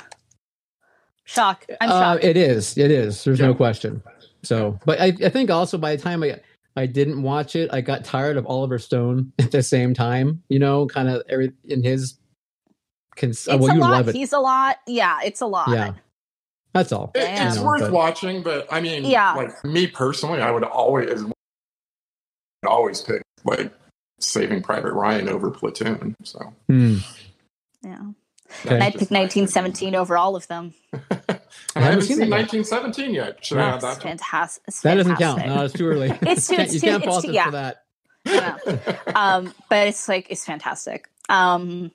shock. I'm
uh,
shocked.
it is. It is. There's no
Yeah.
question. So, but I, I think also by the time I I didn't watch it, I got tired of Oliver Stone [laughs] at the same time. You know, kind of every in his. Cons-
it's
well,
a
you
lot.
love it.
He's a lot. Yeah, it's a lot.
Yeah. That's all.
It-
Damn.
it's
No,
worth
but-
watching, but I mean,
Yeah.
like me personally, I would always I'd always pick like Saving Private Ryan over Platoon. So
Hmm.
Yeah.
Okay.
And I
Just
picked 1917 over all of them.
[laughs] And I haven't seen,
that yet.
1917 yet. Should I
No.
add that?
It's fantastic. It's
That doesn't count.
fantastic.
No, it's too early.
It's
[laughs]
too-
You can't-
it's
you
too-
can't
it's
fault
too-
us
yeah.
for
[laughs]
that.
Yeah.
[laughs]
um, but it's like it's fantastic. Um,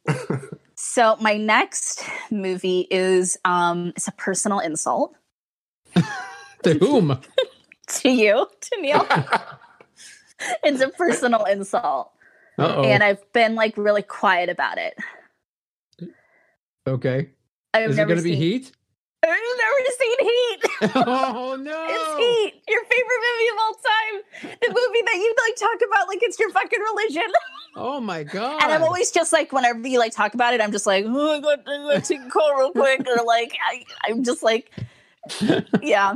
so my next movie is um, it's a personal insult [laughs]
To whom?
to you, to Neil. It's a personal insult,
Uh
and I've been like really quiet about it.
oh. Okay.
I've
Is it
never
going to be
seen.
Heat?
[laughs]
[laughs]
I've never seen Heat.
Oh no!
It's Heat, your favorite movie of all time, the movie that you like talk about like it's your fucking religion.
Oh my god!
And I'm always just like, whenever you like talk about it, I'm just like, oh, I got,
[laughs]
I got to take a call real quick, or like, I, I'm just like, yeah.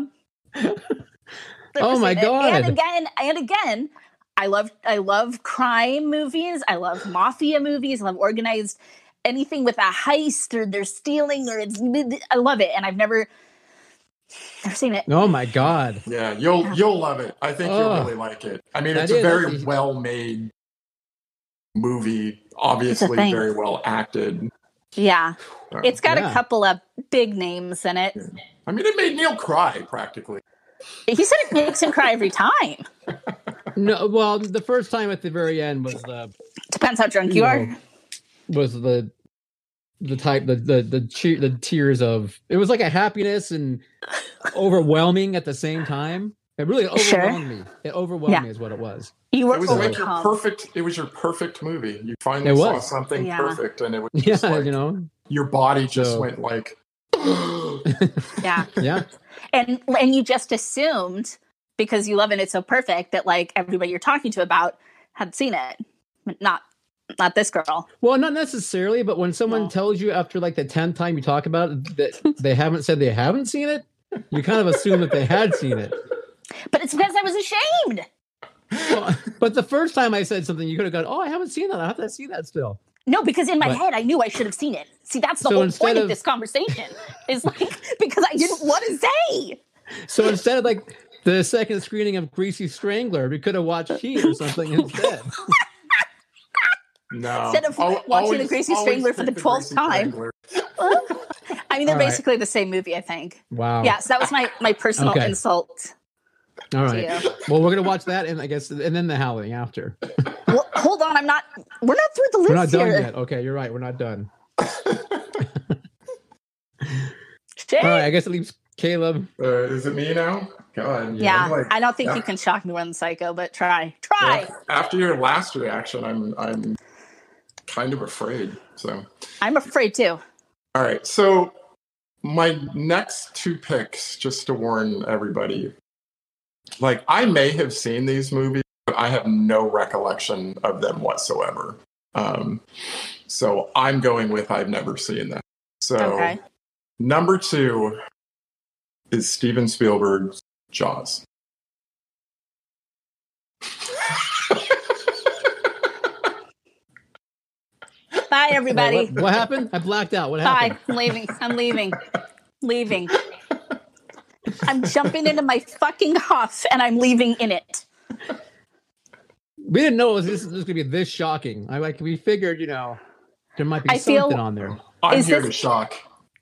Oh, my
100%. And-
God.
And again, and again, I love, I love crime movies. I love mafia movies. I love organized anything with a heist or they're stealing or it's. I love it, and I've never, never seen it.
Oh my
[laughs]
god!
yeah, you'll you'll love it. I think
Oh.
you'll really like it. I mean,
That
it's a
is-
very
that's a-
well made movie. Obviously,
thing.
very well acted.
Yeah,
So,
it's got a
Yeah.
couple of big names in it.
I mean, it made Neil cry practically.
He said it makes him cry every time.
No, well, the first time at the very end was the
Depends how drunk you are.
know, was the the type the the the, cheer, the tears of it was like a happiness and overwhelming at the same time. It really
[laughs] Sure.
overwhelmed me. It overwhelmed
Yeah.
me is what it was. [laughs]
You were
It was like your
overcome.
perfect. It was your perfect movie. You finally
It
saw
was.
something
Yeah.
perfect, and it was
[laughs] Yeah,
just like
you know.
your body just
So-
went like. [gasps]
yeah.
Yeah.
and and you just assumed because you love it, it's so perfect that like everybody you're talking to about had seen it, But not not this girl.
Well, not necessarily, but when someone
No.
tells you after like the tenth time you talk about it that they haven't said they haven't seen it, you kind of assume that they had seen it.
But it's because I was ashamed.
Well, but the first time I said something, you could have gone, "Oh, I haven't seen that. I have to see that still."
No, because in my
Right.
head I knew I should have seen it. See, that's the
So
whole
instead
point of,
of-
this conversation is like because I didn't want to say.
So instead of like the second screening of Greasy Strangler, we could have watched Heat or something instead.
No.
Instead of
Al-
watching The Greasy
always
Strangler for
pick
the 12th
Greasy
time.
Strangler.
I mean, they're
All right.
basically the same movie, I think.
Wow.
Yeah, so that was my my personal
Oh. Okay.
insult
All
to
right.
you.
Well, we're gonna watch that, and I guess, and then The Howling after.
well, hold on, I'm not. We're not through the list
We're not done
here.
yet. Okay, you're right. We're not done.
Shit.
All right. I guess it leaves Caleb.
Uh, is it me now? God.
Yeah,
I'm like-
I don't think
yeah.
you can shock me more than Psycho, but try, try.
Yeah. After your last reaction, I'm I'm kind of afraid. So
I'm afraid too.
all right. So my next two picks, just to warn everybody, like I may have seen these movies, but I have no recollection of them whatsoever. Um, so I'm going with I've never seen them. So
Okay.
number two is Steven Spielberg's Jaws. [laughs]
Bye, everybody.
What, what happened? I blacked out. What
Bye.
happened?
[laughs]
I'm leaving. I'm leaving. leaving. I'm jumping into my fucking huff and I'm leaving in it.
We didn't know it was, this was going to be this shocking. I like we figured, you know, there might be
I feel-
something on there.
I'm
Is
here
this-
to shock.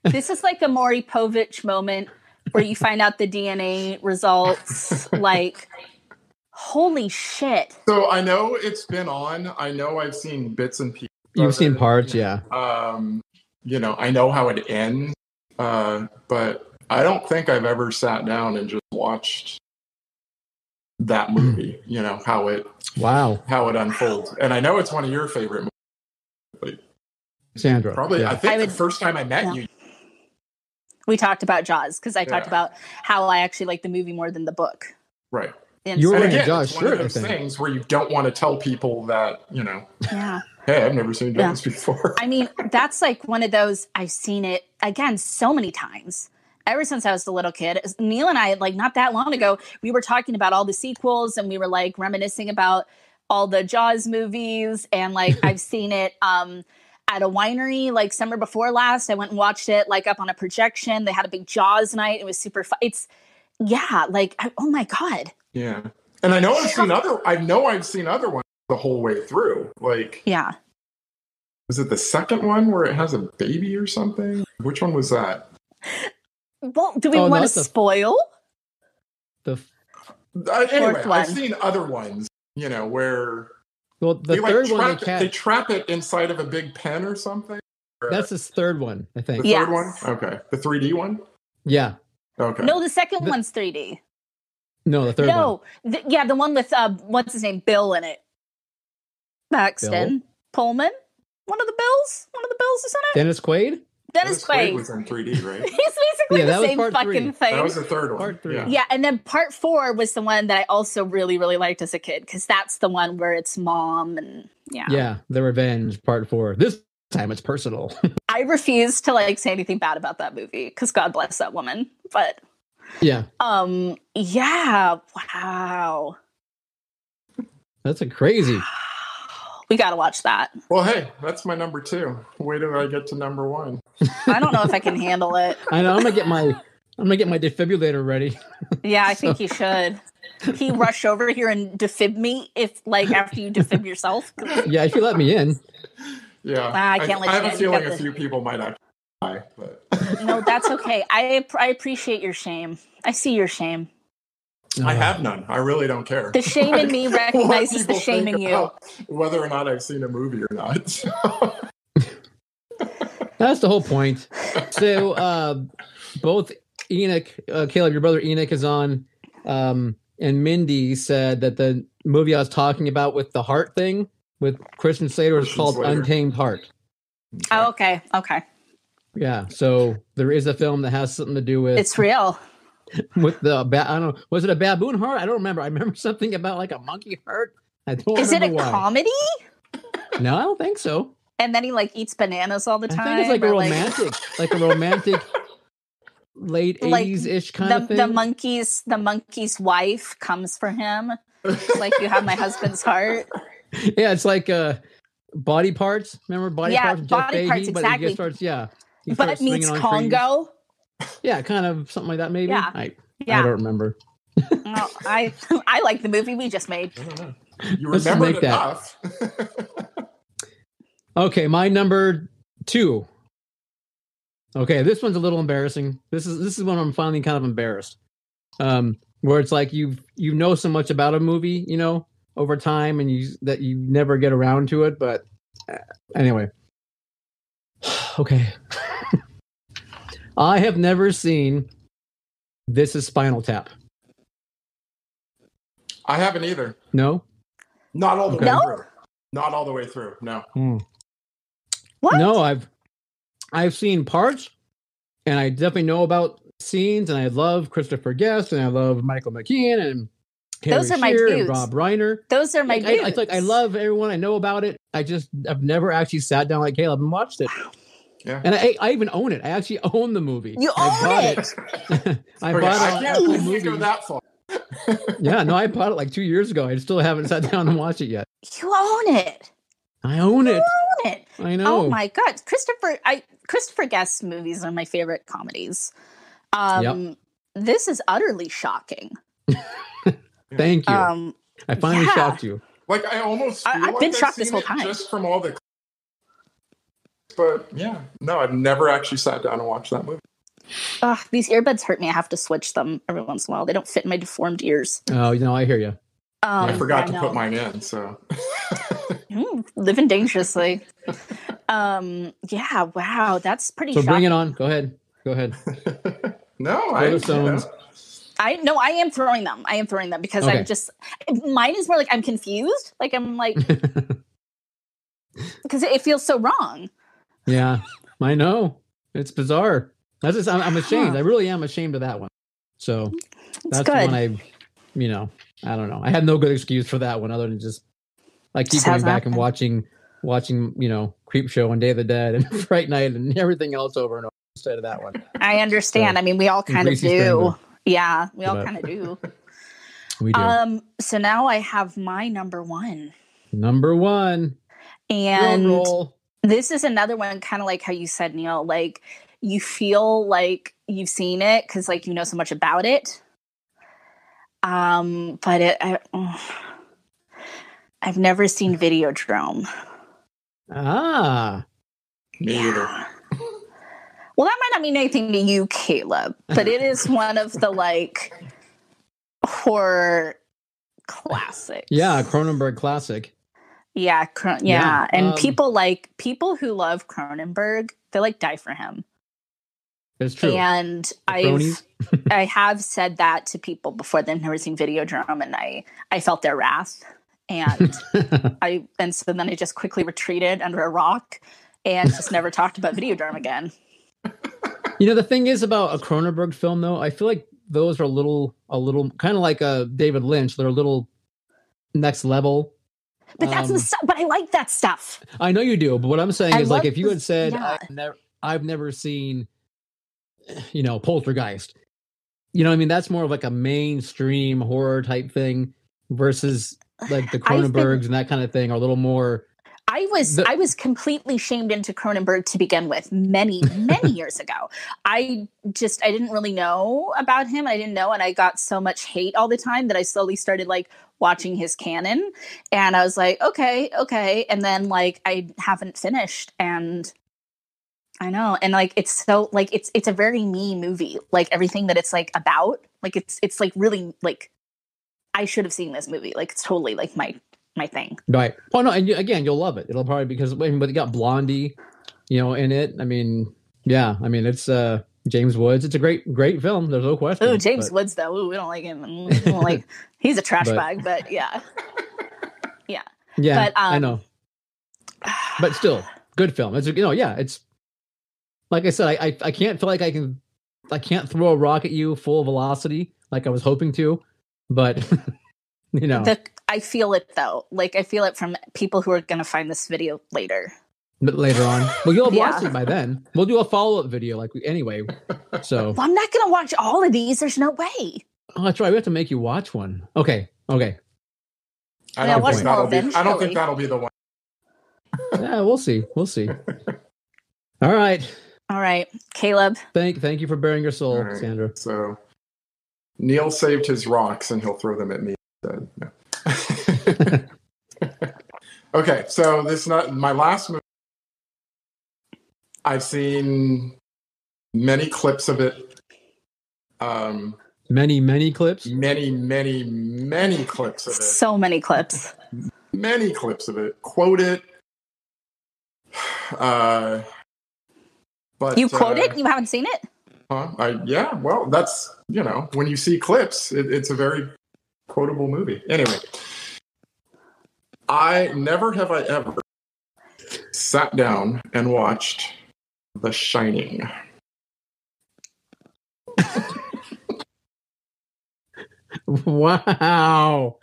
This is like a Maury Povich moment where you find out the DNA results. Like, holy shit.
So I know it's been on. I know I've seen bits and pieces. of
You've seen
it.
parts, yeah.
Um, you know, I know how it ends, uh, but I don't think I've ever sat down and just watched that
Hmm.
movie. You know how it
Wow,
how it unfolds, and I know it's one of your favorite. movies.
Sandra.
Probably, I
yeah.
think
I
the
would-
first time I met
yeah.
you,
We talked about Jaws because I talked
Yeah.
about how I actually like the movie more than the book.
right?
And
You
so-
were
And
wearing a
again,
Jaws
it's one of
shirt, I
those
think.
things where you don't want to tell people that you know,
yeah.
hey, I've never seen
Yeah.
Jaws [laughs] before.
I mean, that's like one of those I've seen it again so many times. Ever since I was a little kid, Neil and I, like not that long ago, we were talking about all the sequels and we were like reminiscing about all the Jaws movies. And like
[laughs]
I've seen it um, at a winery like summer before last. I went and watched it like up on a projection. They had a big Jaws night. It was super fun. It's, yeah, like, I, oh my God.
Yeah, and I know
[laughs]
I've seen other. I know I've seen other ones the whole way through. Like,
Yeah.
was it the second one where it has a baby or something? Which one was that?
Well, do we
Oh, no,
want to
it's a-
spoil?
the
Uh, anyway,
Fourth
I've
one.
seen other ones. You know where
well, the
they
third
like
one
trap
they
it, they
catch.
trap it inside of a big pen or something. Or-
That's his third one, I
the
think.
third
Yeah.
Yes.
one. Okay, the 3D one. Okay,
No, the second
The-
one's 3D.
No, the third one.
no, th- yeah, the one with uh, what's his name, Bill in it. Paxton Pullman, one of the Bills, one of the Bills is in it.
Dennis Quaid.
Dennis Quaid.
was in 3D,
[laughs]
right?
He's basically
Yeah, that
the
was
same
part
fucking
three.
thing.
that was the third one.
Part three.
Yeah.
yeah, and then part four was the one that I also really, really liked as a kid because that's the one where it's mom and yeah.
Yeah, The Revenge Part Four. This time it's personal. [laughs]
I refuse to like say anything bad about that movie because God bless that woman. But
yeah,
um, yeah, wow,
that's a crazy.
we gotta watch that.
Well, hey, that's my number two. Wait till I get to number one.
I don't know if I can handle it.
I know. I'm gonna [laughs] get my. I'm gonna get my defibrillator ready.
Yeah, I think he should. He rush over here and defib me if, like, after you defib yourself.
Yeah, if you let me in.
Yeah,
Ah, I can't let
I
you
have a
in. You
feeling
got
a
the-
few people might actually die,
[laughs]
but
No, that's okay. I I appreciate your shame. I see your shame.
I
Uh,
have none. I really don't care.
The shame
[laughs]
in me
What
recognizes the
people
shame in you.
think about Whether or not I've seen a movie or not. [laughs] So,
That's the whole point. So, uh, both Enoch, uh, Caleb, your brother Enoch is on, um, and Mindy said that the movie I was talking about with the heart thing with Christian Slater is
Christian
called
Slater.
Untamed Heart.
Oh, okay, okay.
Yeah, so there is a film that has something to do with
It's real.
with the ba- I don't know was it a baboon heart? I don't remember. I remember [laughs] something about like a monkey heart. I don't
Is it a
remember why.
comedy?
No, I don't think so.
And then he like eats bananas all the
I
time.
think it's like a
or,
romantic, like a
[laughs]
romantic late
Like,
eighties ish kind
the,
of thing.
the monkey's the monkey's wife comes for him. It's like you have my husband's heart.
yeah, it's like uh, body parts. Remember body
Yeah,
parts? with
body parts,
but he
exactly.
just starts yeah. He
But
starts swinging
meets
on
Congo.
trees. Yeah, kind of something like that. Maybe.
Yeah.
I, I
Yeah.
don't remember.
No, I [laughs] I like the movie we just made.
I don't know. Mm-hmm. You
Let's just make
remembered
that.
enough. [laughs]
Okay, my number two. Okay, this one's a little embarrassing. This is this is when I'm finally kind of embarrassed. Um, where it's like you you know so much about a movie, you know, over time, and you that you never get around to it. But uh, anyway, [sighs] okay, [laughs] I have never seen. This is Spinal Tap.
I haven't either.
No,
Not all the
Okay.
way
No?
through. Not all the way through. No.
What?
No, I've I've seen parts, and I definitely know about scenes, and I love Christopher Guest, and I love Michael McKean, and Harry
Those are my
Shearer and
dudes.
Rob Reiner.
Those are my
Like, I,
dudes.
it's like I love everyone. I know about it. I just I've never actually sat down like Caleb and watched it.
Yeah.
And I, I even own it. I actually [laughs] own the movie.
You
I
own
bought
it?
[laughs] I
Okay,
bought it.
I
on
can't
Apple
believe you go
Movies.
that far.
Yeah, no, I bought it like two years ago. I still haven't sat [laughs] down and watched it yet.
You own it.
I own it.
Own it.
I know.
Oh my god, Christopher! I Christopher Guest movies are my favorite comedies. Um, this is utterly shocking.
Thank you.
Um,
I finally
yeah.
shocked you.
Like I almost
I-
feel
I've
like
been shocked this
seen
whole
it
time.
just from all the. [laughs] But yeah, no, I've never actually sat down and watched that movie.
ugh, these earbuds hurt me. I have to switch them every once in a while. They don't fit my deformed ears.
Oh, you know, I hear you.
Um,
I forgot to
know.
put mine in, so
Mm, living dangerously. um, yeah. Wow, that's pretty.
So
shocking.
bring it on. Go ahead. Go ahead. [laughs]
no, I.
Those stones.
I no, I am throwing them. I am throwing them because
Okay.
I'm just mine is more like I'm confused. Like I'm like because it, it feels so wrong.
Yeah, I know. It's bizarre. That's just, I'm, I'm ashamed.
Huh.
I really am ashamed of that one. So
It's
that's the
good.
one I, you know, I don't know. I have no good excuse for that one other than just I keep
Just
going
hasn't
back and
happened.
watching, watching, you know, Creep Show and Day of the Dead and [laughs] Fright Night and everything else over and over instead of that one.
I, understand. I mean, we all kind of
Greasy Strangler.
do. Yeah, we all
But-
kind of do.
We do.
Um, so now I have my number one,
Number one.
and
Drum roll.
this is another one, kind of like how you said, Neil. Like you feel like you've seen it because like you know so much about it. Um, but it, I, I've never seen Videodrome.
Ah,
[laughs] Me either.
Well, that might not mean anything to you, Caleb, but
[laughs]
it is one of the like horror classics.
yeah, Cronenberg classic.
yeah, Cron- yeah.
Yeah,
And
um,
people like people who love Cronenberg, they like die for him.
It's true.
And
The
I
cronies.
I have said that to people before they've never seen Videodrome, and I I felt their wrath,
[laughs]
and I and so then I just quickly retreated under a rock and just never talked about Videodrome again.
You know, the thing is about a Cronenberg film, though, I feel like those are a little, a little kind of like a David Lynch. They're a little next level.
But that's
Um,
the stuff. But I like that stuff.
I know you do, but what I'm saying
I
is, like,
love
if you had
this-
said,
yeah.
I've, never, "I've never seen," you know, Poltergeist. You know, what I mean, that's more of like a mainstream horror type thing versus like the
I've been-
Cronenbergs and that kind of thing are a little more.
I was
The-
I was completely shamed into Cronenberg to begin with many many years ago. I just I didn't really know about him. I didn't know, and I got so much hate all the time that I slowly started like watching his canon, and I was like, okay, okay, and then like I haven't finished, and I know, and like it's so like it's it's a very me movie, like everything that it's like about, like it's it's like really like I should have seen this movie, like it's totally like my my thing.
Right. Oh no, and you, again, you'll love it. It'll probably because I mean, but it got Blondie, you know, in it. I mean, yeah, I mean, it's uh James Woods. It's a great, great film. There's no question.
Oh, James
but-
Woods though. Ooh, we don't like him. Mm, we don't
[laughs]
like he's a trash
But-
bag, but yeah. [sighs]
Yeah,
but, um,
I know. But still, good film. It's you know, yeah, it's like I said, I, I I can't feel like I can I can't throw a rock at you full velocity like I was hoping to, but [laughs] you
[laughs]
know,
The, I feel it though. Like I feel it from people who are going to find this video later.
but later on, well, you'll have
Yeah.
watched it by then. We'll do a follow up video like we, anyway. So
[laughs] Well, I'm not going to watch all of these. There's no way.
oh, that's right. We have to make you watch one. Okay, okay.
I
Yeah,
don't
watch
think
them
all
that'll be. I don't
eventually.
think that'll be the one.
Yeah, we'll see. We'll
[laughs]
see. All right.
All right, Caleb.
Thank thank you for bearing your soul,
All right.
Sandra.
So Neil saved his rocks, and he'll throw them at me. instead. No. okay, so this not my last movie. I've seen many clips of it. Um,
Many many clips. [laughs]
many, many, many clips of it.
So many clips.
many clips of it, quote it. [sighs] Uh, but
You quote
uh,
it? You haven't seen it?
huh? I, yeah. Well, that's you know when you see clips, it, it's a very quotable movie. Anyway, I never have I ever sat down and watched The Shining.
Wow.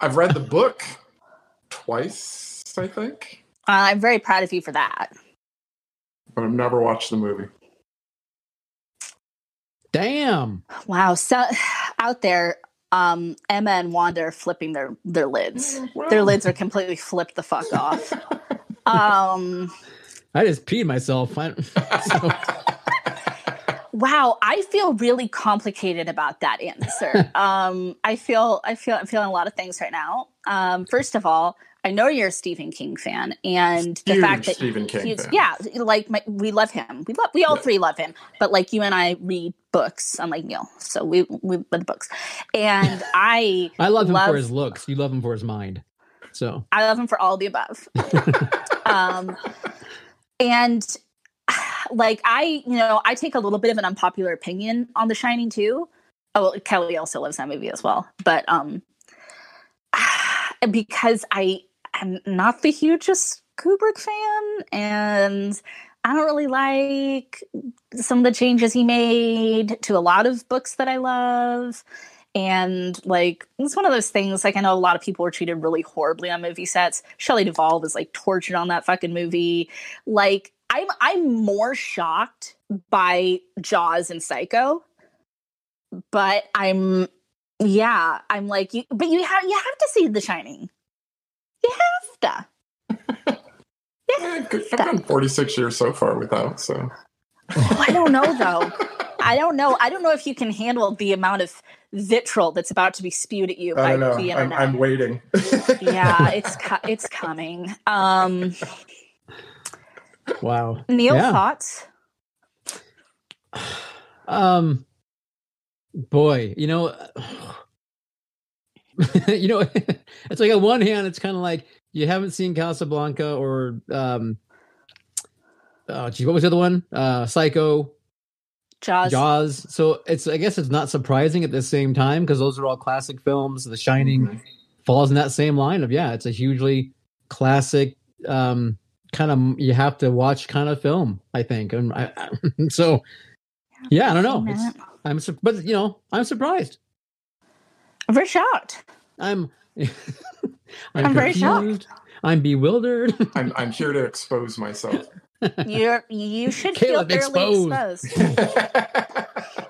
I've read the book twice, I think,
Uh, I'm very proud of you for that.
but I've never watched the movie.
Damn.
Wow. So [sighs] out there, um, Emma and Wanda are flipping their their lids. Their
Well,
lids are completely flipped the fuck off. Um.
[laughs] I just peed myself. I- so-
wow, I feel really complicated about that
[laughs]
answer. um, I feel I feel I'm feeling a lot of things right now. Um, first of all, I know you're a Stephen King fan, and the
Huge
fact that
Stephen King
he's
fan.
yeah, like my, we love him. We love we all
Yeah.
three love him. But like you and I read books, unlike Neil, so we we love the books,
[laughs]
and I
I love him
Love-
for his looks. You love him for his mind. So
I love him for all the above. um, and like I, you know, I take a little bit of an unpopular opinion on The Shining too. Oh, well, Kelly also loves that movie as well, but um, because I am not the hugest Kubrick fan, and I don't really like some of the changes he made to a lot of books that I love. And like it's one of those things. Like I know a lot of people were treated really horribly on movie sets. Shelley Duvall was like tortured on that fucking movie. Like I'm I'm more shocked by Jaws and Psycho, but I'm yeah I'm like you. But you have you have to see The Shining. You have to.
Eh, good- I've done 46 years so far without, so.
Oh, I don't know though. I don't know. I don't know if you can handle the amount of vitriol that's about to be spewed at you
I
by
don't know.
the
I'm,
internet.
I'm waiting.
yeah, it's co- it's coming. Um,
wow.
Neil,
Yeah.
thoughts?
Um, boy, you know, [sighs] you know, [laughs] it's like on one hand, it's kind of like you haven't seen Casablanca or um, oh gee, what was the other one? Uh, Psycho,
Jaws.
Jaws. So it's I guess it's not surprising at the same time because those are all classic films. The Shining
Mm-hmm.
falls in that same line of yeah, it's a hugely classic um kind of you have to watch kind of film. I think, and I, [laughs] so yeah, I don't know. It's, I'm sur- but you know I'm surprised.
We're shocked.
I'm [laughs]
I'm very shocked.
I'm bewildered.
[laughs]
[laughs]
I'm, I'm here to expose [laughs] myself.
You're
[laughs]
you should
Caleb,
feel fairly
exposed.
exposed.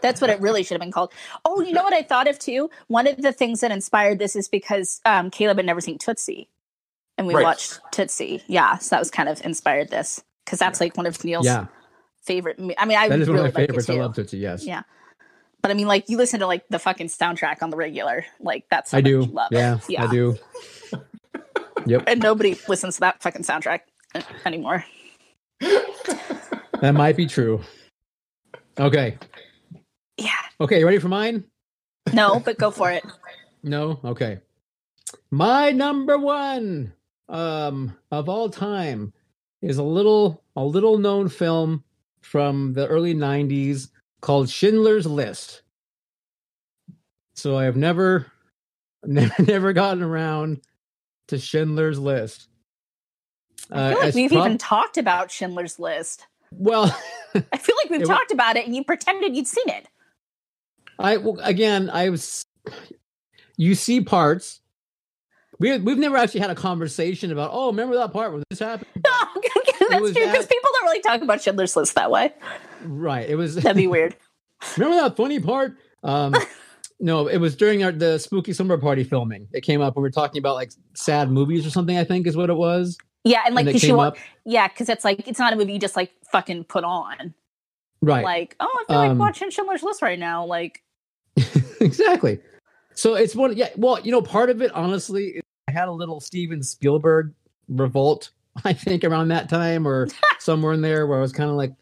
That's what it really should have been called. Oh, you know what I thought of too? One of the things that inspired this is because um, Caleb had never seen Tootsie, and we
Right.
watched Tootsie. Yeah, so that was kind of inspired this because that's like one of Neil's
yeah,
favorite. mo- I mean, I
that is
really
one of
like
my favorites.
it
I
too.
love Tootsie. Yes,
Yeah. But I mean, like you listen to like the fucking soundtrack on the regular, like that's how
I
much
do.
you Love it.
Yeah, I do. yep,
And nobody listens to that fucking soundtrack uh, anymore.
that might be true. Okay,
Yeah.
okay, you ready for mine?
No, but
[laughs]
go for it.
Uh, No? Okay. My number one um of all time is a little a little known film from the early 90s called Schindler's List. So I have never [laughs] never never gotten around to Schindler's List. Uh,
I feel like
it's
we've
prob- [laughs]
even talked about Schindler's List.
well
I feel like we've
It wa-
talked about it and you pretended you'd seen it. [laughs]
I well, again, I was. You see parts. We we've never actually had a conversation about. Oh, remember that part when this happened?
No, that's true
was
because
at-
people don't really talk about Schindler's List that way.
Right. It was.
That'd be weird.
[laughs] remember that funny part?
[laughs]
Um, no, it was during our, the spooky summer party filming. It came up when we were talking about like sad movies or something. I think is what it was.
Yeah, and like
and it
'cause she
came
won't,
up.
yeah, because it's like it's not a movie you just like fucking put on.
Right.
Like, oh, I feel like
Um,
watching Schindler's List right now. Like,
[laughs] exactly. So it's one. Yeah. Well, you know, part of it, honestly, is I had a little Steven Spielberg revolt. [laughs] I think around that time
[laughs]
or somewhere in there, where I was kind of like,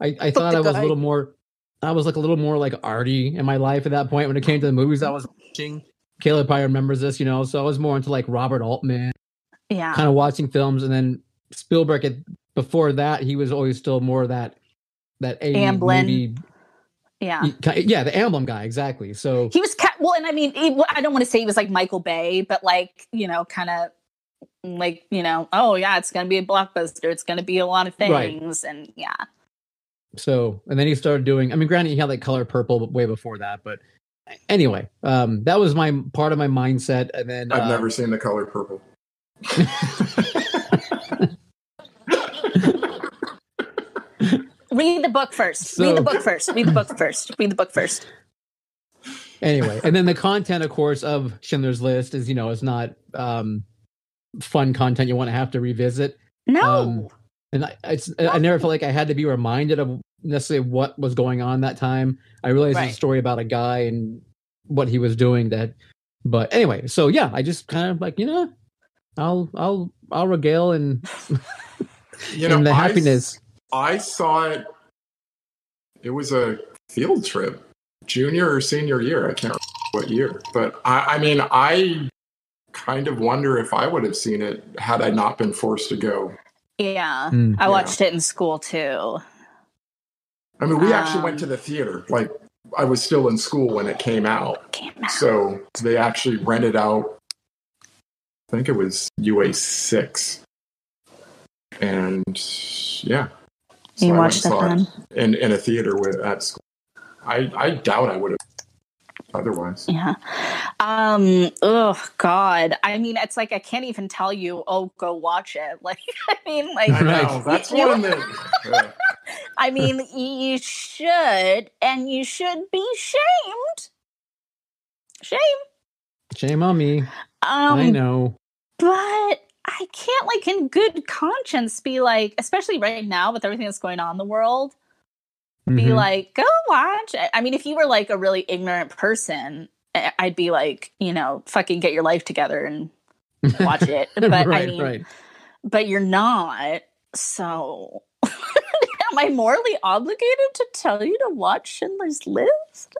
I, I thought
the
I was a
guy.
little more. I was like a little more like arty in my life at that point when it came to the movies
Mm-hmm.
I was watching. Caleb probably remembers this, you know. So I was more into like Robert Altman,
yeah,
kind of watching films, and then Spielberg. At, before that, he was always still more that that A
Amblin. Ah.
movie-
yeah.
yeah, the Amblin guy, exactly. So
he was ca- well and i mean he, well, i don't want to say he was like michael bay but like you know kind of like you know oh yeah it's gonna be a blockbuster it's gonna be a lot of
Right.
things and yeah
So, and then he started doing. I mean, granted, he had like color purple b- way before that, but anyway, um, that was my part of my mindset. And then
I've
uh,
never seen the color purple.
read the book first
So-
read the book first read the book first read the book first
anyway, and then the content, of course, of Schindler's List is you know it's not um, fun content you want to have to revisit.
no
Um, and I, it's, I never felt like I had to be reminded of necessarily what was going on that time. I realized it's
Right.
a story about a guy and what he was doing. That, but anyway, so yeah, I just kind of like you know, I'll I'll I'll regale and
You know,
and the
I-
happiness.
I saw it. It was a field trip, junior or senior year. I can't remember what year, but I, I mean, I kind of wonder if I would have seen it had I not been forced to go.
Yeah.
Mm.
I
Yeah.
watched it in school too.
I mean, we actually
Um.
went to the theater. Like, I was still in school when it came out,
Came out.
so they actually rented out. I think it was UA six, and yeah, so I
you
went
watched
and
that
saw it.
then?
in in a theater with at school. I I doubt I would have otherwise.
Yeah. Um, oh God. I mean, it's like I can't even tell you, oh, go watch it. [laughs] Like, I mean, like
I know,
[laughs] that's
you-
one that. yeah.
I mean, you should and you should be shamed. Shame.
Shame on me.
Um
I know.
but I can't like in good conscience be like, especially right now with everything that's going on in the world, be
Mhm.
like, go watch it. I mean, if you were like a really ignorant person, I- I'd be like, you know, fucking get your life together and watch
[laughs]
it. But
right,
I mean,
right.
but you're not. So [laughs] am I morally obligated to tell you to watch Schindler's List?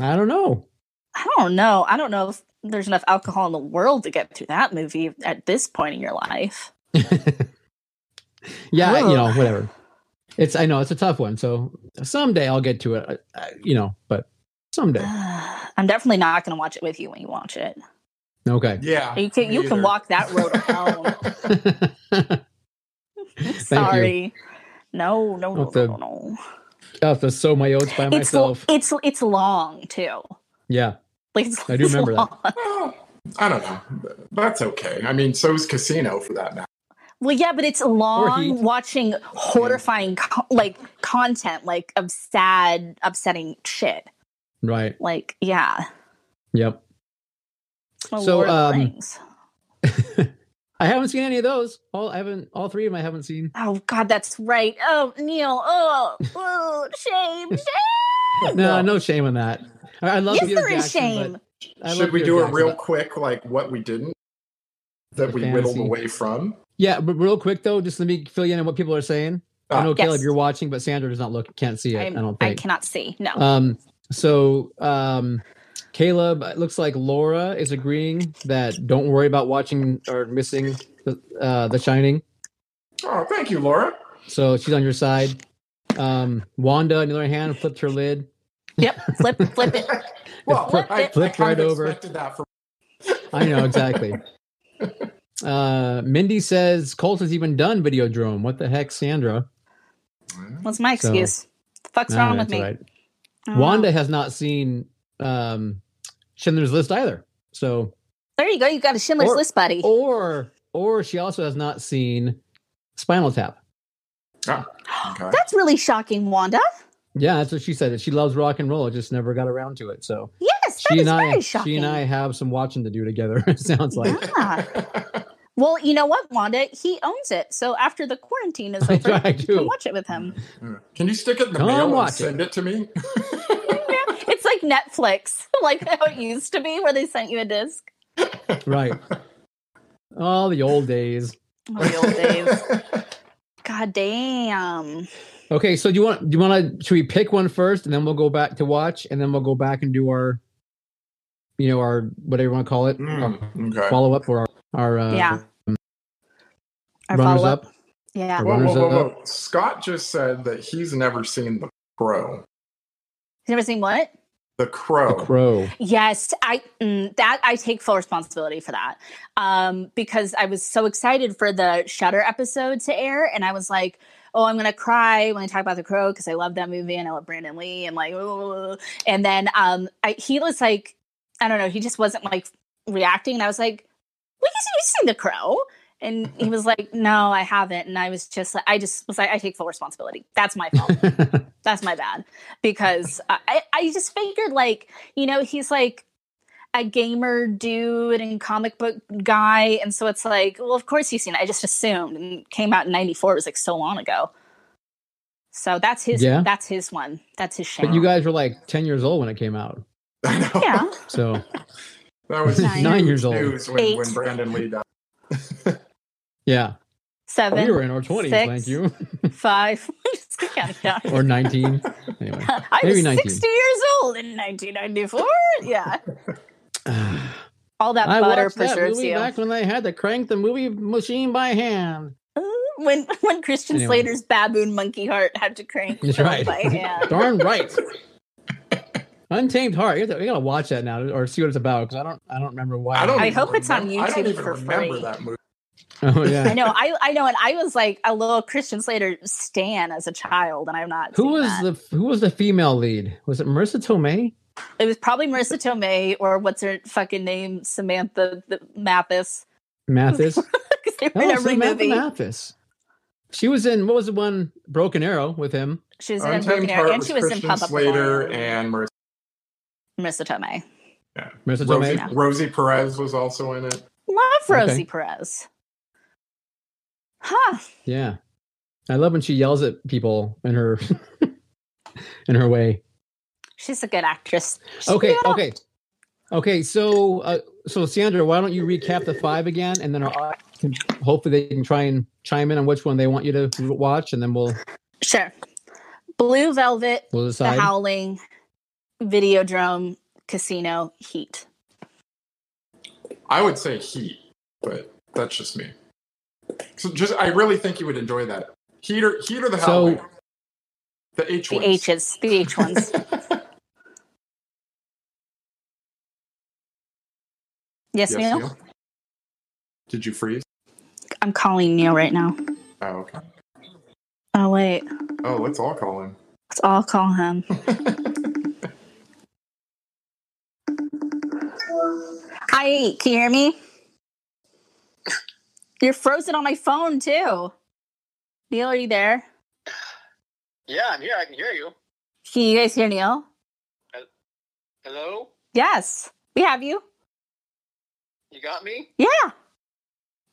I don't know. [laughs]
I don't know. I don't know if there's enough alcohol in the world to get through that movie at this point in your life.
yeah,
Oh.
you know, whatever. It's I know it's a tough one. So someday I'll get to it. I, I, you know, but someday.
[sighs] I'm definitely not going to watch it with you when you watch it. Uh-huh.
Okay.
[laughs]
[laughs]
yeah.
You can
me
you can
either.
walk
[laughs]
that road alone. Sorry. No, no, no,
Not
no,
the-
no, no.
I have to sow Oh, my oats by
It's l-
myself.
it's it's long too. [laughs]
yeah.
Like it's,
I do
it's
remember that.
long.
Well, I don't know. That's okay. I mean, so is Casino for that matter.
Well, yeah, but it's
heat.
long watching horrifying co- like content, like of sad, upsetting shit.
Right.
Like yeah,
Yep.
Oh,
So,
Lord of the
um,
Rings.
I haven't seen any of those. All I haven't. All three of them I haven't seen.
Oh God, that's right. Oh Neil. Oh, oh
[laughs]
shame, shame.
No, no, shame on that. I, I love
Oh, yes,
Peter
there is
Jackson, but-
shame.
I love
Should we
Peter
do a
Jackson,
real
but-
quick, like what we didn't, that
The
we
fantasy.
whittled away from?
Yeah, but real quick though, just let me fill you in on what people are saying. I
Ah.
know Caleb,
Yes.
you're watching, but Sandra does not look, can't see it. I'm,
I'm-
I do not
I
think.
cannot see. No.
[laughs] Um, so um, Caleb, it looks like Laura is agreeing that don't worry about watching or missing the, uh, the Shining.
Oh, thank
[laughs]
you, Laura.
So she's on your side. Um, Wanda, on the other hand, flipped her lid.
yep. Flip flip it.
Well,
flipped
I,
it.
I
Flipped right
kind of
over.
expected that from.
I know
[laughs]
exactly. Uh, Mindy says Colt has even done Videodrome. What the heck, Sandra?
What's my
So-
excuse? fuck's
Nah,
wrong with
that's all
me?
right.
I don't know.
Wanda has not seen um, Schindler's List either. So
There you go. You got a Schindler's
Or-
List buddy.
or or she also has not seen Spinal Tap.
Okay.
That's really shocking, Wanda.
Yeah, that's what she said. that She loves rock and roll. Just never got around to it. So
Yes,
she
that is
and I,
very
she
shocking.
and I have some watching to do together. [laughs] It sounds like.
Yeah. Well, you know what, Wanda? He owns it. So after the quarantine is
That's
over,
right, [laughs] I
you
do.
can watch it with him.
[gasps] Can you stick it in the
Come
mail and
watch it.
send it to me?
It's like Netflix, [laughs] like how it used to be, where they sent you a disc.
right. Oh, the old days.
Oh, the old days. [laughs] God damn.
Okay, so do you want do you want to should we pick one first, and then we'll go back to watch, and then we'll go back and do our, you know, our whatever you want to call it,
[laughs] Mm, okay.
follow up or our our uh,
yeah. Our
runners
follow-up.
up.
Yeah.
Or-
Whoa, whoa,
Runners
whoa,
up.
whoa. Scott just said that he's never seen The Crow.
You never seen what?
The Crow.
The Crow.
Yes, I mm, that I take full responsibility for that um, because I was so excited for the Shutter episode to air, and I was like, "Oh, I'm gonna cry when I talk about the Crow because I love that movie and I love Brandon Lee and like." "Ooh." And then um, I, he was like, I don't know, he just wasn't like reacting, and I was like, "What is you seen the Crow?" And he was like, "No, I haven't." And I was just, like, I just was like, "I take full responsibility. That's my fault." that's my bad because I, I just figured like you know he's like a gamer dude and comic book guy, and so it's like, well, of course you've seen it. I just assumed, and came out in '94. It was like so long ago. So that's his.
Yeah.
That's his one. That's his show.
But you Oh, guys were like 10 years old when it came out.
[laughs] I know.
[laughs]
yeah.
So
That was
Nine.
Nine
huge
years old.
news when,
Eight.
when Brandon Lee died.
[laughs]
yeah,
Seven.
we were in our 20s,
six.
thank you,
five. [laughs] Just count it down.
or 19. [laughs] Anyway,
I
Maybe
was
19.
60 years old in 1994. Yeah. All [sighs] that
I
butter
watched that
preserves
movie
you.
back when they had to crank the movie machine by hand.
Uh, When [laughs] when Christian
Anyway.
Slater's baboon monkey heart had to crank
That's [laughs]
it
right.
[laughs] by hand.
Darn
[laughs]
right. Untamed Heart. You, have to- you gotta watch that now or see what it's about because I don't. I don't remember why.
I don't.
I
even
hope it's on
remember- I don't
YouTube
even
for
remember
free.
that movie.
[laughs] Oh
I
yeah.
know. I I know, and I was like a little Christian Slater stan as a child, and I've
[laughs]
not.
Who
seen
was
that.
the Who was the female lead? Was it Marissa Tomei?
It was probably Marissa Tomei or what's her fucking name, Samantha the, Mathis, [laughs]
Mathis.
because they were in
Oh,
every
Samantha
movie.
Mathis. She was in what was the one Broken Arrow with him?
She was in a
Untamed
broken arrow,
Heart
and
was
she was in
Christian
Pop Up
Slater
Marissa
and Marissa,
Tomei.
Marissa
Rosie,
Tomei.
Rosie Perez was also in it.
Love
Okay.
Rosie Perez. Huh.
Yeah. I love when she yells at people in her [laughs] in her way.
She's a good actress. She's
Okay,
good.
okay. Okay, so uh, so Sandra, why don't you recap the five again and then our audience can hopefully they can try and chime in on which one they want you to watch and then we'll
Sure. Blue Velvet,
we'll
The
decide.
Howling, Videodrome, Casino, Heat.
I would say Heat, but that's just me. So just, I really think you would enjoy that. Heat or Heat or the
So-
Howling. the H
The
ones.
H's, the H ones. yes,
Yes,
Neil?
Neil? Did you freeze?
I'm calling Neil right now.
Oh, okay.
Oh, wait.
Oh, let's all call him.
Let's all call him. Hi, can you hear me? You're frozen on my phone, too. Neil, are you there?
Yeah, I'm here. I can hear you.
Can you guys hear Neil?
Hello?
Yes, we have you.
You got me?
Yeah.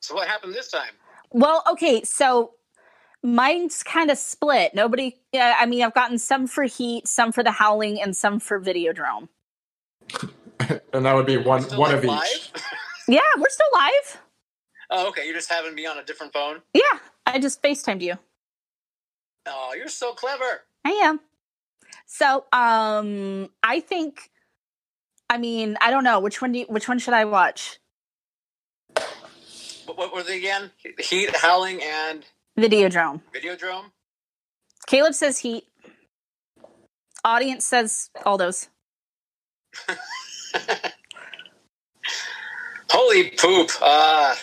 So what happened this time?
Well, okay, so mine's kind of split. Nobody, yeah, I mean, I've gotten some for Heat, some for The Howling, and some for Videodrome.
[laughs] And that would be one
Still,
one
like,
of each.
live? [laughs]
Yeah, we're still live.
Oh, okay. You're just having me on a different phone.
Yeah, I just FaceTimed you.
Oh, you're so clever.
I am. So, um, I think, I mean, I don't know which one. Do you, which one should I watch?
What, what were they again? Heat, howling, and
Videodrome.
Videodrome?
Caleb says Heat. Audience says all those.
Holy poop. Uh,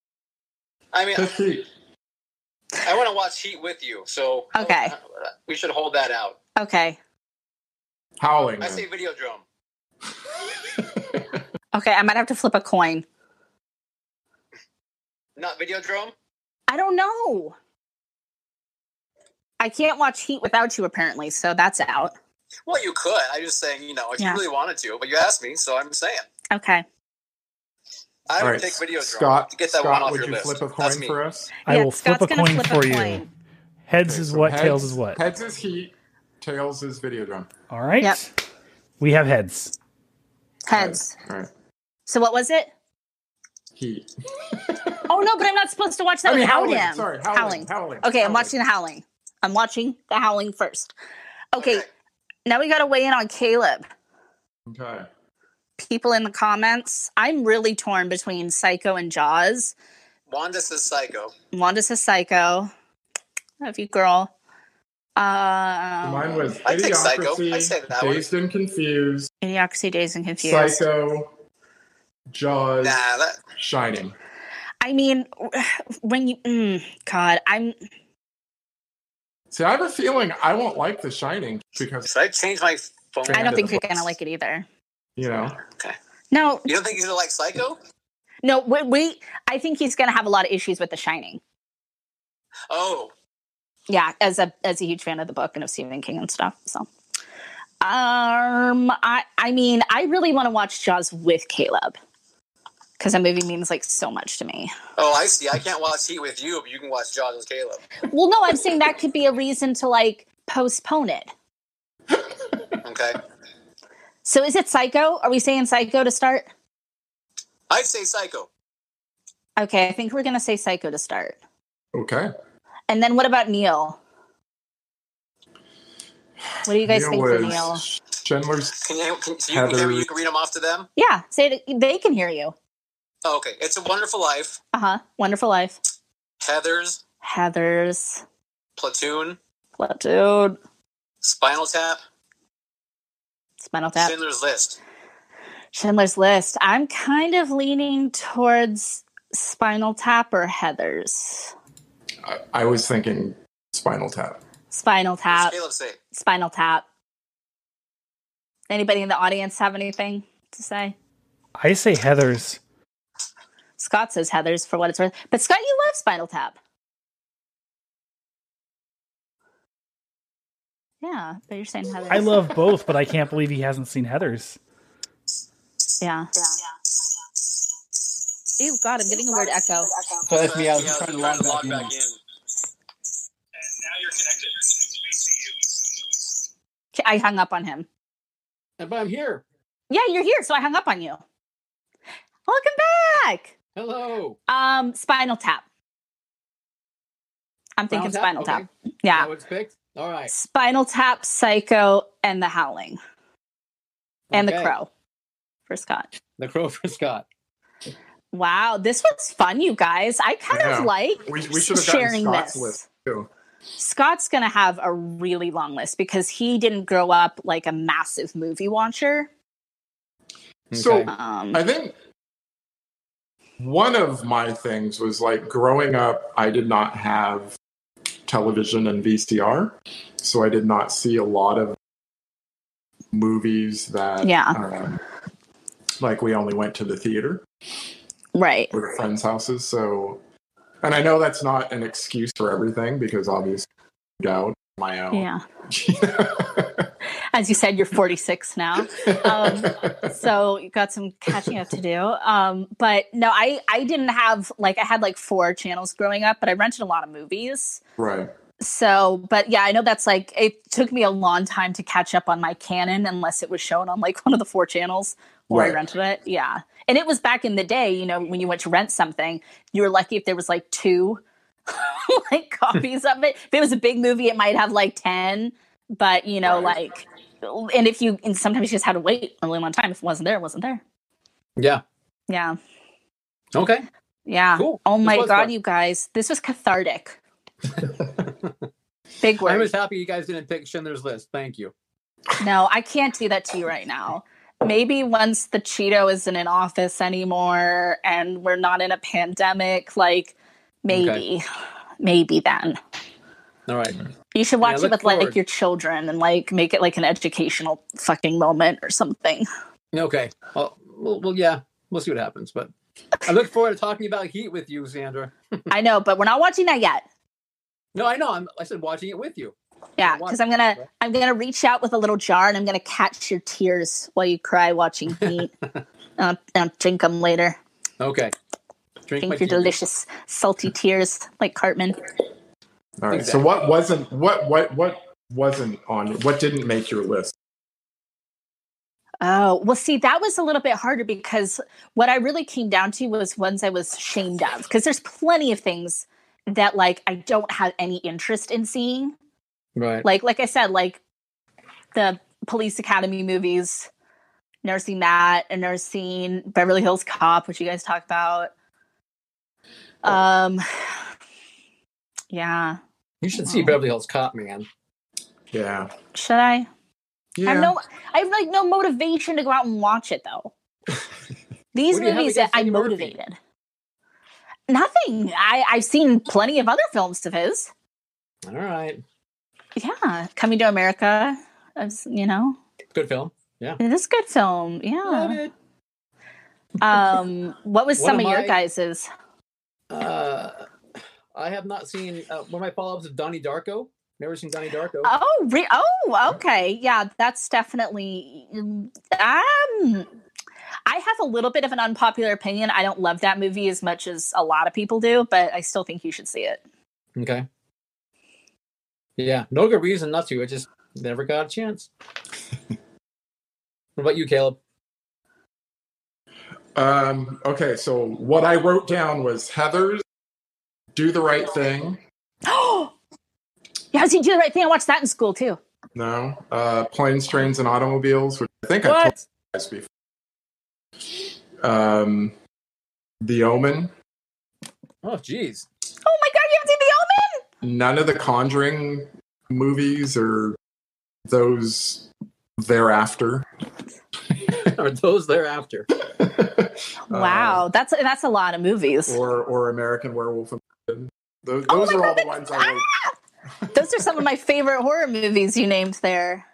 [laughs]
I mean,
Just Heat.
I want to watch Heat with you, so
Okay.
uh, we should hold that out.
Okay.
Howling.
I
then. [laughs]
say Videodrome.
Okay. I might have to flip a coin.
Not Videodrome?
I don't know. I can't watch Heat without you, apparently. So that's out.
Well, you could. I'm just saying, you know, if
Yeah.
you really wanted to, but you asked me, so I'm saying.
Okay.
I
All
would
right,
take Videodrome.
Scott,
get that
Scott,
one off
would
your
you
list.
flip a coin
That's me.
for us?
I will flip
Scott's
a
gonna
coin for you. Heads
Okay,
is
so
what,
heads-
tails is what.
Heads is heat, tails is video drum.
All right.
Yep.
We have heads.
Heads.
All right,
So what was it?
heat.
Oh no, but I'm not supposed to watch that
I mean,
without
howling.
him.
Sorry, howling. Howling.
Okay, I'm
howling.
watching the howling. I'm watching the howling first. Okay, now we gotta weigh in on Caleb.
Okay.
People in the comments. I'm really torn between Psycho and Jaws.
Wanda says psycho.
Wanda's a psycho. Love you, girl. Uh
Mine was
Um, I'd take Psycho.
Idiocracy,
I'd say that one.
Dazed and Confused,
Idiocracy Days and Confused.
Psycho, Jaws,
Nah, that,
Shining.
I mean, [sighs] when you, mm, God, I'm
See, I have a feeling I won't like The Shining because,
should I change my phone?
I don't
Brandon
think you're
Fox.
gonna like it either.
you know,
No,
You don't think he's gonna like Psycho?
No, wait, wait. I think he's going to have a lot of issues with The Shining.
Oh,
Yeah, as a as a huge fan of the book and of Stephen King and stuff. So, Um, I I mean, I really want to watch Jaws with Caleb because that movie means like so much to me.
Oh, I see. I can't watch Heat with you, but you can watch Jaws with Caleb.
Well, no, I'm saying that could be a reason to like postpone it.
Okay.
So is it Psycho? Are we saying Psycho to start?
I'd say Psycho.
Okay, I think we're gonna say Psycho to start.
Okay.
And then what about Neil? What do you guys
Neil
think for
was
Neil?
Chandler's.
Can you? Can, so you, can,
Heather.
you can read them off to them.
Yeah, say it, they can hear you.
Oh, okay. It's a Wonderful Life.
Uh huh. Wonderful Life.
Heather's
Heather's
Platoon.
Platoon.
Spinal Tap.
Spinal Tap.
Schindler's List.
Schindler's List. I'm kind of leaning towards Spinal Tap or Heather's.
I, I was thinking Spinal Tap.
Spinal
What's
Tap.
Caleb say?
Spinal Tap. Anybody in the audience have anything to say?
I say Heather's.
Scott says Heather's for what it's worth. But Scott, you love Spinal Tap. Yeah, but you're saying Heather's.
I love both, but I can't believe he hasn't seen Heather's.
Yeah. Ew, God, I'm getting a weird echo.
So that's me. I was trying to
Yeah,
log
trying
back in.
K- I hung up on him.
But I'm here.
Yeah, you're here, so I hung up on you. Welcome back.
Hello.
Um, Spinal Tap. I'm thinking Spinal Tap. Yeah.
it's picked. All right.
Spinal Tap, Psycho, and The Howling, and The
Okay.
Crow for Scott.
The crow for Scott.
Wow, this was fun, you guys. I kind
Yeah.
of like
We, we should have gotten
sharing
Scott's
this.
list too.
Scott's going to have a really long list because he didn't grow up like a massive movie watcher.
So
Um,
I think one of my things was like growing up, I did not have television and VCR, so I did not see a lot of movies that
Yeah.
um, like we only went to the theater
right.
with friends' houses. So, and I know that's not an excuse for everything because obviously, doubt my own.
Yeah.
[laughs]
As you said, you're 46 now. Um, so you got some catching up to do. Um, but no, I, I didn't have like, I had like four channels growing up, but I rented a lot of movies.
right.
So, but yeah, I know that's like, it took me a long time to catch up on my canon unless it was shown on like [laughs] one of the four channels or I
Right.
rented it. Yeah. And it was back in the day, you know, when you went to rent something, you were lucky if there was like two [laughs] like
[laughs] Hmm.
copies of it. If it was a big movie, it might have like 10, but you know,
Right.
like, and if you, and sometimes you just had to wait a really long time. If it wasn't there, it wasn't there.
Yeah.
Yeah.
Okay.
Yeah.
Cool.
Oh
This
my
was
God,
fun.
you guys, this was cathartic. big word.
I was happy you guys didn't pick Schindler's List. Thank you.
No, I can't do that to you right now. Maybe once the Cheeto isn't in office anymore and we're not in a pandemic, like maybe, maybe then
All right.
you should watch
look
it with
forward.
like your children and like make it like an educational fucking moment
[laughs]
or something.
Okay. Well, well, well, yeah. We'll see what happens. But I look forward to talking about Heat with you, Sandra.
I know, but we're not watching that yet.
No, I know. I'm, I said watching it with you.
Yeah,
We'll watch
because I'm
it,
gonna
right?
I'm gonna reach out with a little jar and I'm gonna catch your tears while you cry
[laughs]
watching Heat. I'll, I'll drink them later.
Okay. Drink, my
Drink
tea.
your delicious salty tears like Cartman.
All right.
Exactly.
So what wasn't what what what wasn't on what didn't make your list?
Oh, well, see, that was a little bit harder because what I really came down to was ones I was shamed of. Because there's plenty of things that like I don't have any interest in seeing.
Right.
Like, like I said, like the police academy movies, Nursing That and Nursing Beverly Hills Cop, which you guys talk about. Um [sighs] Yeah.
You should
oh.
see Beverly Hills Cop, man.
Yeah.
Should I?
Yeah.
I have no I have like no motivation to go out and watch it
[laughs]
though. These
What do you have
movies that
against
I'm
Eddie Murphy?
motivated. Nothing. I, I've seen plenty of other films of his.
All right.
Yeah. Coming to America. is- You know.
Good film.
It is a good film.
Love
Yeah.
it.
Um what was
One
some
of
of your
my-
guys's?
Uh, I have not seen uh, one of my follow-ups of Donnie Darko.
Never seen Donnie Darko.
Oh, re- oh, okay. Yeah, that's definitely. Um, I have a little bit of an unpopular opinion. I don't love that movie as much as a lot of people do, but I still think you should see it.
Okay. Yeah, no good reason not to. I just never got a
[laughs]
chance. what about you, Caleb?
Um, okay, so what I wrote down was Heather's Do the Right Thing.
[gasps] Oh, yeah. See, do the right thing. I watched that in school too.
No. Uh, planes, Trains, and Automobiles, which I think I told
What?
you guys before. Um, the Omen.
Oh, jeez.
Oh my god, you haven't seen The Omen?
None of the Conjuring movies or those thereafter.
[laughs]
[laughs]
Are those thereafter?
Wow, that's that's a lot of movies.
Uh, or or American Werewolf. in London. Those,
Oh
those
my
are
God,
all the
that's-
ones I wrote.
Those are some of my favorite horror movies you named there.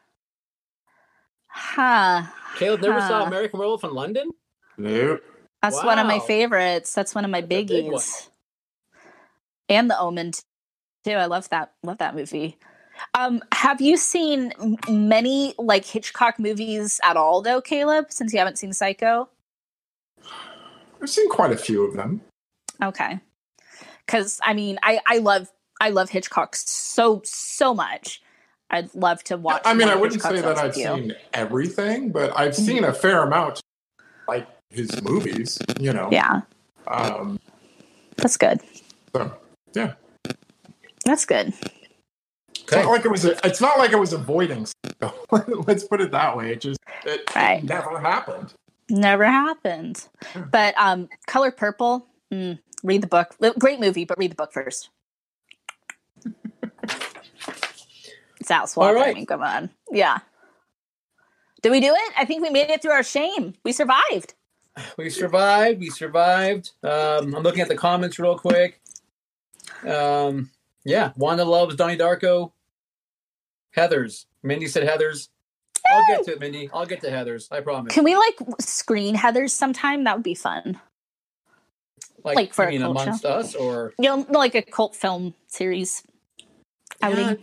Huh.
Caleb never saw
Huh.
American Werewolf in London.
Nope.
That's one of my
Wow.
favorites. That's one of my
That's a big one.
biggies. And The Omen too. I love that. Love that movie. Um, have you seen m- many like Hitchcock movies at all though, Caleb? Since you haven't seen Psycho.
I've seen quite a few of them.
Okay. Cause I mean, I I love I love Hitchcock so so much. I'd love to watch.
I mean,
more
I wouldn't
Hitchcock
say that
films
I've
with you.
seen everything, but I've
Mm-hmm.
seen a fair amount, like his movies. You know.
Yeah,
Um,
that's good.
so, yeah.
That's good.
It's not like it was. A, it's not like I was avoiding. stuff. [laughs] Let's put it that way. It just it, it
Right.
never happened.
Never happened. But um, Color Purple. Mm, read the book. Li- Great movie, but read the book first. it's out. Swamp.
All
I
right.
mean, come on. Yeah. Did we do it? I think we made it through our shame. We survived.
We survived. We survived. Um, I'm looking at the comments real quick. Um, yeah, Wanda loves Donnie Darko. Heather's. Mindy said Heather's. I'll get to it, Mindy. I'll get to Heather's. I promise.
Can we like screen Heather's sometime? That would be fun.
Like,
like for
you
a
mean
cult
amongst us or
You know, like a cult film series. outing.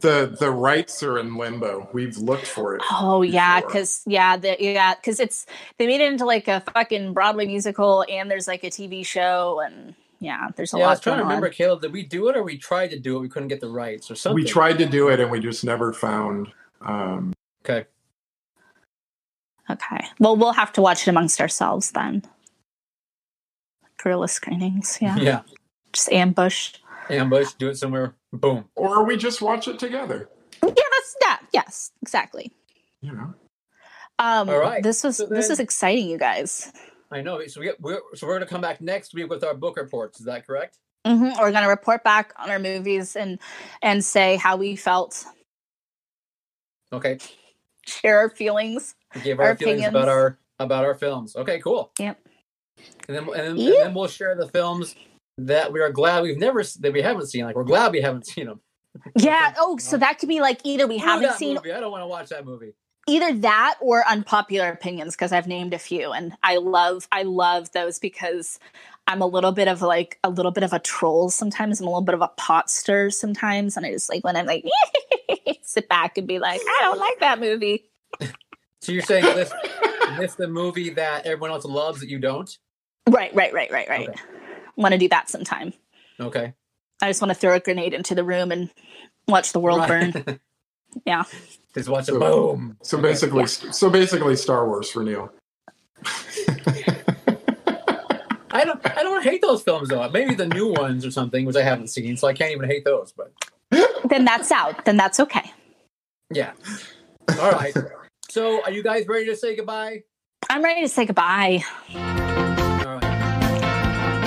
The the rights are in limbo. We've looked for it.
Oh yeah,
before.
because yeah, the, yeah, because it's they made it into like a fucking Broadway musical, and there's like a TV show, and yeah, there's a
yeah, I was
lot
trying to
going
remember,
on.
Caleb. Did we do it or we tried to do it? We couldn't get the rights or something.
We tried to do it, and we just never found. Um,
Okay.
Okay, well, we'll have to watch it amongst ourselves then. Guerrilla screenings,
[laughs]
yeah,
Yeah.
just ambush.
Ambush. Do it somewhere. Boom.
or we just watch it together.
Yeah, that's that. Yes, exactly.
You know.
Um,
All right,
this was
so
this
then-
is exciting, you guys.
I know. So we we're, so we're going to come back next week with our book reports. Is that correct?
hmm We're gonna report back on our movies and and say how we felt,
Okay.
share our feelings.
We gave our,
Our
feelings about
opinions.
our about our films. Okay, cool.
Yep.
And then and, then- and
Yeah.
then we'll share the films that we are glad we've never s- that we haven't seen. Like we're glad we haven't [laughs] seen them. [laughs]
Yeah. Oh, so that could be like either we
Ooh,
haven't
that
seen
Movie. I don't want to watch that movie.
either that or unpopular opinions because I've named a few and I love I love those because I'm a little bit of like a little bit of a troll sometimes. I'm a little bit of a pot stir sometimes, and I just like when I'm like [laughs] sit back and be like, I don't like that movie.
So you're saying
[laughs]
list list the movie that everyone else loves that you don't?
Right, right, right, right, right.
Okay.
Want to do that sometime.
Okay.
I just want to throw a grenade into the room and watch the world burn.
burn.
Yeah.
Just watch it.
So-
Boom.
So basically, so basically, Star Wars for Neil.
I don't. I don't hate those films though. Maybe the new ones or something, which I haven't seen, so I can't even hate those. But
then that's out. Then that's okay.
yeah. All right. So are you guys ready to say goodbye?
I'm ready to say goodbye.
All right.